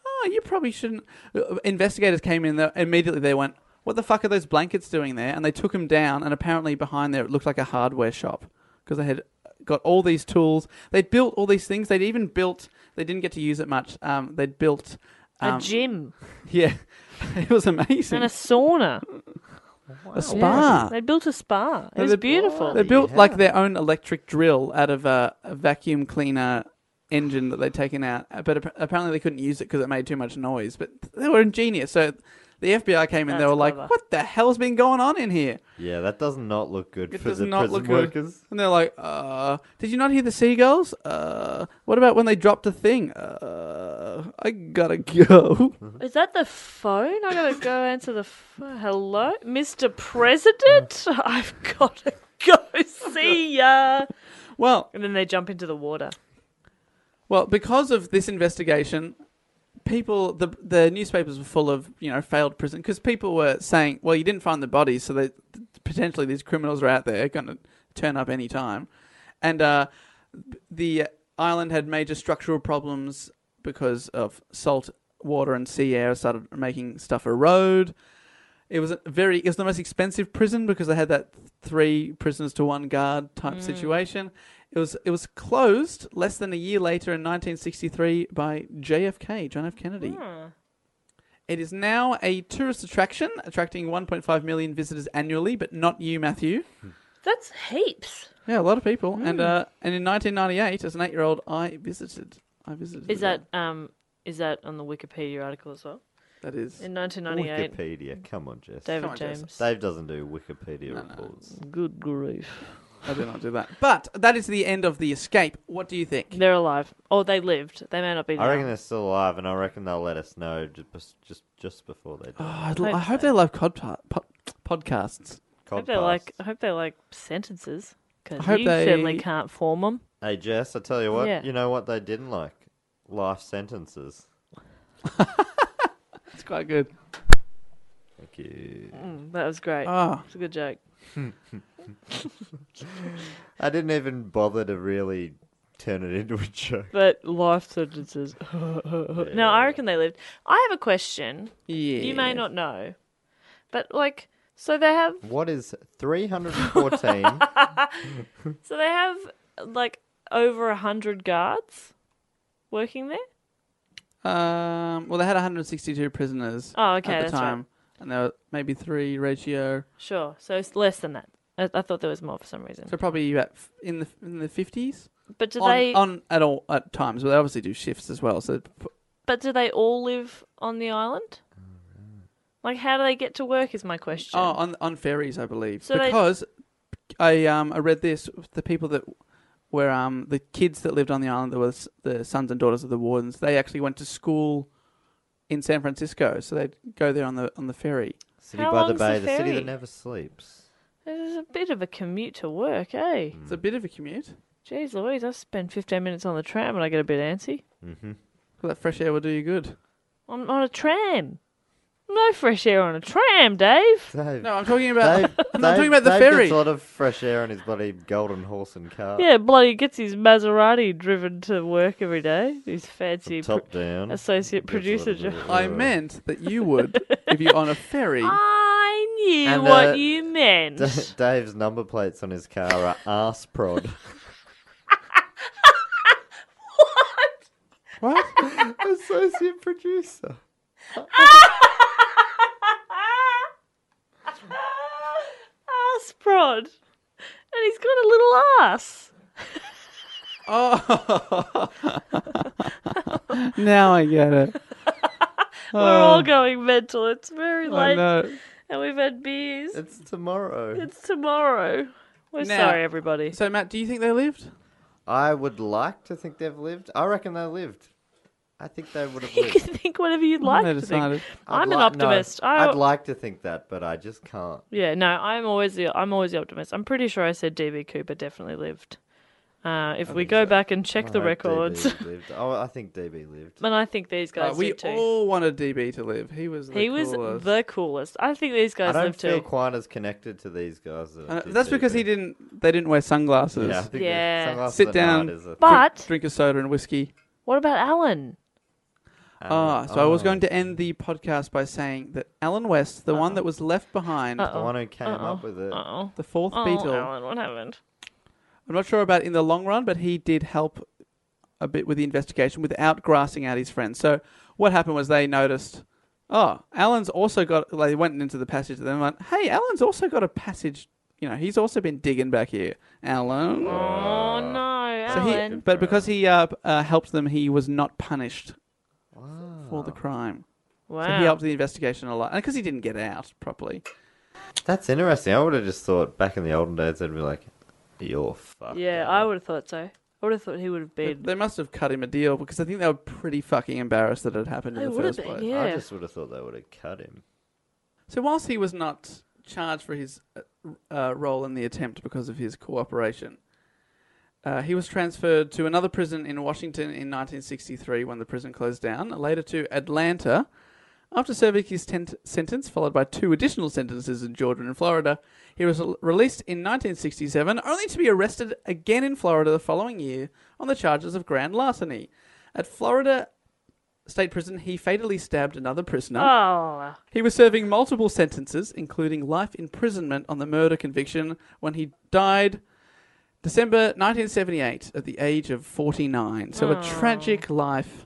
Speaker 5: "Oh, you probably shouldn't." Uh, Investigators came in there immediately. They went, "What the fuck are those blankets doing there?" And they took them down. And apparently, behind there, it looked like a hardware shop because they had got all these tools. They'd built all these things. They'd even built. They didn't get to use it much. Um, they'd built. Um,
Speaker 2: a gym
Speaker 5: Yeah, it was amazing.
Speaker 2: and a sauna.
Speaker 5: A spa.
Speaker 2: They built a spa. It
Speaker 5: No,
Speaker 2: was
Speaker 5: they-
Speaker 2: beautiful.
Speaker 5: They built like their own electric drill out of a, a vacuum cleaner engine that they'd taken out, uh, but ap- apparently they couldn't use it because it made too much noise. But they were ingenious. So the FBI came in. they
Speaker 2: That's
Speaker 5: were
Speaker 2: clever.
Speaker 5: like, "What the hell's been going on in here?"
Speaker 1: Yeah, that does not look good
Speaker 5: It
Speaker 1: for
Speaker 5: does
Speaker 1: the
Speaker 5: not
Speaker 1: prison
Speaker 5: look good.
Speaker 1: workers.
Speaker 5: And they're like, "Uh, did you not hear the seagulls? Uh, what about when they dropped a thing? Uh, I gotta go."
Speaker 2: Is that the phone? I gotta go answer the phone. Hello, Mr. President. I've gotta go see ya.
Speaker 5: well,
Speaker 2: And then they jump into the water.
Speaker 5: Well, because of this investigation, people the the newspapers were full of you know failed prison because people were saying, well, you didn't find the bodies, so they, potentially these criminals are out there going to turn up any time, and uh, the island had major structural problems because of salt water and sea air started making stuff erode. It was a very it was the most expensive prison because they had that three prisoners to one guard type
Speaker 2: Mm.
Speaker 5: situation. It was it was closed less than a year later in 1963 by JFK John F Kennedy. It is now a tourist attraction attracting 1.5 million visitors annually, but not you, Matthew.
Speaker 2: That's heaps.
Speaker 5: Yeah, a lot of people.
Speaker 2: Hmm.
Speaker 5: And uh, and in 1998, as an eight-year-old, I visited. I visited.
Speaker 2: Is
Speaker 5: it.
Speaker 2: that um? Is that on the Wikipedia article as well?
Speaker 5: that is?
Speaker 2: In 1998,
Speaker 1: Wikipedia, come on, Jess.
Speaker 2: David
Speaker 5: on, Jess.
Speaker 2: James.
Speaker 1: Dave doesn't do Wikipedia reports.
Speaker 2: Good grief.
Speaker 5: I did not do that. But that is the end of the escape. What do you think?
Speaker 2: They're alive. Oh, they lived. They may not be.
Speaker 1: I
Speaker 2: now.
Speaker 1: reckon they're still alive, and I reckon they'll let us know just just, just before they
Speaker 5: Oh,
Speaker 1: die.
Speaker 5: I'd l- I hope they love cod- pod- podcasts.
Speaker 2: I hope they
Speaker 1: Codpass.
Speaker 2: like. uh, I hope they like sentences because
Speaker 5: I hope
Speaker 2: you
Speaker 5: they-
Speaker 2: certainly can't form them.
Speaker 1: Hey Jess, I tell you what,
Speaker 2: Yeah.
Speaker 1: you know what they didn't like? Life sentences.
Speaker 5: It's quite good.
Speaker 1: Thank you.
Speaker 2: That was great.
Speaker 5: Ah,
Speaker 2: It's a good joke.
Speaker 1: I didn't even bother to really turn it into a joke.
Speaker 2: But life sentences. no, I reckon they lived. I have a question.
Speaker 5: yeah.
Speaker 2: You may not know, but like, so they have,
Speaker 1: What is 314?
Speaker 2: so they have like over a hundred guards working there.
Speaker 5: Um, well, they had 162 prisoners
Speaker 2: Oh, okay,
Speaker 5: at the
Speaker 2: that's right.
Speaker 5: time, and there were maybe three ratio.
Speaker 2: Sure. So it's less than that. I, I thought there was more for some reason.
Speaker 5: So probably about f- in the in the 50s.
Speaker 2: But do
Speaker 5: on,
Speaker 2: they?
Speaker 5: on at all at times, but they obviously do shifts as well. So p-
Speaker 2: But do they all live on the island? Like, how do they get to work? Is my question.
Speaker 5: Oh, on on ferries, I believe.
Speaker 2: So they-
Speaker 5: because I um I read this the people that were um the kids that lived on the island that were s- the sons and daughters of the wardens. They actually went to school in San Francisco, so they'd go there on the on the ferry.
Speaker 1: city
Speaker 2: How
Speaker 1: by the
Speaker 2: long's the
Speaker 1: bay, the, city
Speaker 2: ferry?
Speaker 1: that never sleeps.
Speaker 2: It is a bit of a commute to work, eh?
Speaker 5: Hmm. Mm. It's a bit of a commute.
Speaker 2: Jeez Louise, I spend 15 minutes on the tram and I get a bit antsy.
Speaker 3: Mm-hmm.
Speaker 5: Well, that fresh air will do you good.
Speaker 2: I'm on a tram. No fresh air on a tram, Dave.
Speaker 5: No, I'm talking about. I'm not talking about the ferry.
Speaker 3: Gets a lot of fresh air in his bloody golden horse and car.
Speaker 2: Yeah, bloody gets his Maserati driven to work every day. His fancy
Speaker 3: From top down.
Speaker 2: associate
Speaker 3: Gets a lot
Speaker 2: producer
Speaker 3: of
Speaker 2: job.
Speaker 3: air.
Speaker 5: I meant that you would if you're on a ferry.
Speaker 2: Ah. I knew
Speaker 3: And,
Speaker 2: what
Speaker 3: uh,
Speaker 2: you meant.
Speaker 3: D- Dave's number plates on his car are ass prod. what? What? Associate producer.
Speaker 2: ass prod. And he's got a little ass.
Speaker 5: Oh. now I get it.
Speaker 2: We're all going mental. It's very
Speaker 5: I
Speaker 2: late.
Speaker 5: know.
Speaker 2: And we've had beers.
Speaker 3: It's tomorrow.
Speaker 2: It's tomorrow. We're
Speaker 5: Now-
Speaker 2: sorry, everybody.
Speaker 5: So Matt, do you think they lived?
Speaker 3: I would like to think they've lived. I reckon they lived. I think they would have
Speaker 2: You can
Speaker 3: lived.
Speaker 2: think whatever you'd like
Speaker 5: they
Speaker 2: to
Speaker 5: decided.
Speaker 2: think.
Speaker 3: I'd
Speaker 2: I'm an
Speaker 3: li- no,
Speaker 2: optimist. I,
Speaker 3: I'd like to think that, but I just can't.
Speaker 2: yeah, no, I'm always the I'm always the optimist. I'm pretty sure I said DB Cooper definitely lived. Uh, if we go back and check
Speaker 3: I
Speaker 2: the
Speaker 3: hope
Speaker 2: records,
Speaker 3: DB lived. Oh, I think DB lived.
Speaker 2: and I think these
Speaker 5: Uh,
Speaker 2: guys
Speaker 5: we
Speaker 2: lived too.
Speaker 5: all wanted DB to live. He was. The
Speaker 2: he was
Speaker 5: coolest.
Speaker 2: the coolest. I think these
Speaker 3: I
Speaker 2: guys
Speaker 3: don't
Speaker 2: lived
Speaker 3: feel
Speaker 2: too.
Speaker 3: quite as connected to these guys. that I
Speaker 5: Uh,
Speaker 3: did
Speaker 5: that's because he
Speaker 3: DB.
Speaker 5: didn't. They didn't wear sunglasses.
Speaker 3: Yeah, I think
Speaker 2: Yeah.
Speaker 3: the sunglasses
Speaker 5: Sit
Speaker 3: at
Speaker 5: down.
Speaker 3: night is a
Speaker 2: But
Speaker 5: Drink a soda and whiskey.
Speaker 2: what about Alan?
Speaker 5: Ah, so I was
Speaker 3: oh.
Speaker 5: going to end the podcast by saying that Alan West, the one that was left behind,
Speaker 3: the one who came up with it.
Speaker 2: Uh-oh.
Speaker 5: the fourth
Speaker 2: Oh,
Speaker 5: Beatle.
Speaker 2: Alan, what happened?
Speaker 5: I'm not sure about in the long run, but he did help a bit with the investigation without grassing out his friends. So what happened was they noticed, oh, Alan's also got. They went into the passage and then went, hey, Alan's also got a passage. You know, he's also been digging back here, Alan.
Speaker 2: Oh no,
Speaker 5: So he,
Speaker 2: Alan.
Speaker 5: but because he uh, p- uh, helped them, he was not punished for the crime.
Speaker 2: wow.
Speaker 5: So he helped the investigation a lot, and because he didn't get out properly.
Speaker 3: That's interesting. I would have just thought back in the olden days, they'd be like, "You're fucked."
Speaker 2: yeah, I would have thought so. I would have thought he would have
Speaker 5: They-
Speaker 2: been.
Speaker 5: They must have cut him a deal because I think they were pretty fucking embarrassed that it happened in
Speaker 2: They
Speaker 5: the
Speaker 2: would have
Speaker 5: first
Speaker 2: been,
Speaker 5: place.
Speaker 2: yeah.
Speaker 3: I just would have thought they would have cut him.
Speaker 5: So whilst he was not charged for his uh, uh, role in the attempt because of his cooperation, uh, he was transferred to another prison in Washington in 1963 when the prison closed down. Later to Atlanta. After serving his tent- sentence, followed by two additional sentences in Georgia and Florida, he was l- released in 1967, only to be arrested again in Florida the following year on the charges of grand larceny. At Florida State Prison, he fatally stabbed another prisoner.
Speaker 2: Oh,
Speaker 5: He was serving multiple sentences, including life imprisonment on the murder conviction, when he died December 1978 at the age of 49. So a tragic life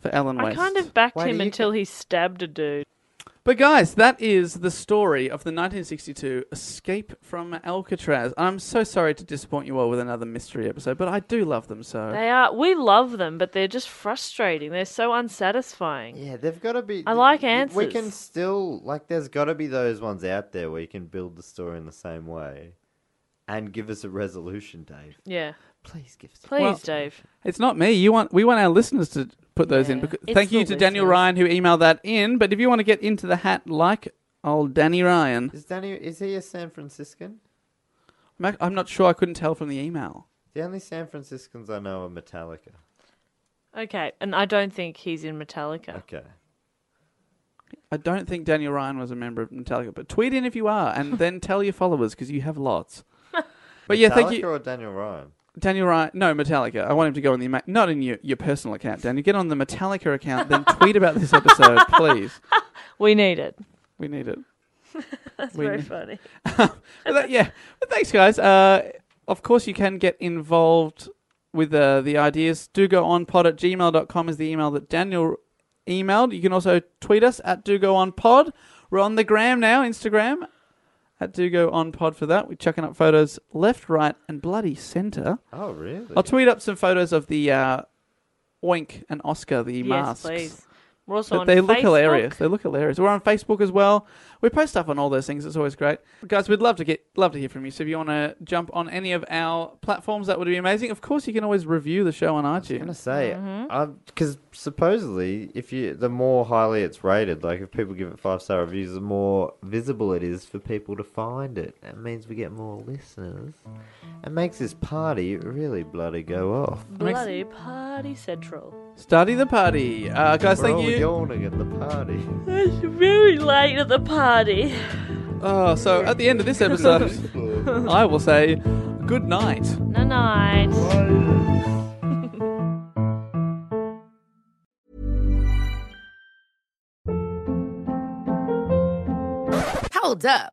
Speaker 5: for Alan
Speaker 2: I
Speaker 5: West.
Speaker 2: kind of backed
Speaker 3: Why do
Speaker 2: him
Speaker 3: you
Speaker 2: until he stabbed a dude.
Speaker 5: But guys, that is the story of the 1962 Escape from Alcatraz. I'm so sorry to disappoint you all with another mystery episode, but I do love them so.
Speaker 2: They are. We love them, but they're just frustrating. They're so unsatisfying.
Speaker 3: Yeah, they've got to be.
Speaker 2: I like
Speaker 3: y- We
Speaker 2: answers.
Speaker 3: can still like. There's got to be those ones out there where you can build the story in the same way, and give us a resolution, Dave.
Speaker 2: Yeah.
Speaker 3: Please give us.
Speaker 2: Please,
Speaker 5: Well-
Speaker 2: Dave.
Speaker 5: It's not me. You want we want our listeners to put those in.
Speaker 2: Yeah,
Speaker 5: Because,
Speaker 2: it's
Speaker 5: thank you to
Speaker 2: the
Speaker 5: Daniel
Speaker 2: listeners.
Speaker 5: Ryan who emailed that in. But if you want to get into the hat like old Danny Ryan,
Speaker 3: Is Danny? Is he a San Franciscan?
Speaker 5: Mac, I'm not sure. I couldn't tell from the email.
Speaker 3: The only San Franciscans I know are Metallica.
Speaker 2: Okay, and I don't think he's in Metallica.
Speaker 3: Okay.
Speaker 5: I don't think Daniel Ryan was a member of Metallica, but tweet in if you are, and then tell your followers because you have lots. But yeah, thank
Speaker 3: Metallica
Speaker 5: you,
Speaker 3: Or Daniel Ryan.
Speaker 5: Daniel Ryan. No, Metallica. I want him to go on the ma- not in your, your personal account, Daniel. Get on the Metallica account, then tweet about this episode, please.
Speaker 2: We need it.
Speaker 5: We need it.
Speaker 2: That's
Speaker 5: We
Speaker 2: very
Speaker 5: need-
Speaker 2: funny.
Speaker 5: But that- yeah, but thanks, guys. Uh, of course, you can get involved with uh, the ideas. Do go on pod at gmail.com is the email that Daniel emailed. You can also tweet us at do go on pod. We're on the gram now, Instagram at do go on pod for that. We're chucking up photos left, right, and bloody center.
Speaker 3: Oh, really?
Speaker 5: I'll tweet up some photos of the uh, Oink and Oscar, the
Speaker 2: Yes,
Speaker 5: masks.
Speaker 2: please. We're also
Speaker 5: But
Speaker 2: on
Speaker 5: they look
Speaker 2: Facebook.
Speaker 5: hilarious. They look hilarious. We're on Facebook as well. We post stuff on all those things. It's always great, guys. We'd love to get love to hear from you. So if you want to jump on any of our platforms, that would be amazing. Of course, you can always review the show on iTunes.
Speaker 1: gonna say
Speaker 2: Mm-hmm.
Speaker 1: because supposedly if you the more highly it's rated like if people give it five star reviews the more visible it is for people to find it that means we get more listeners it makes this party really bloody go off
Speaker 2: Bloody party central.
Speaker 5: Study the party, uh, guys.
Speaker 1: We're
Speaker 5: Thank
Speaker 1: all
Speaker 5: you.
Speaker 1: yawning at the party
Speaker 2: It's very late at the party.
Speaker 5: Oh, so at the end of this episode, I will say good night.
Speaker 2: Night night.
Speaker 8: Hold up.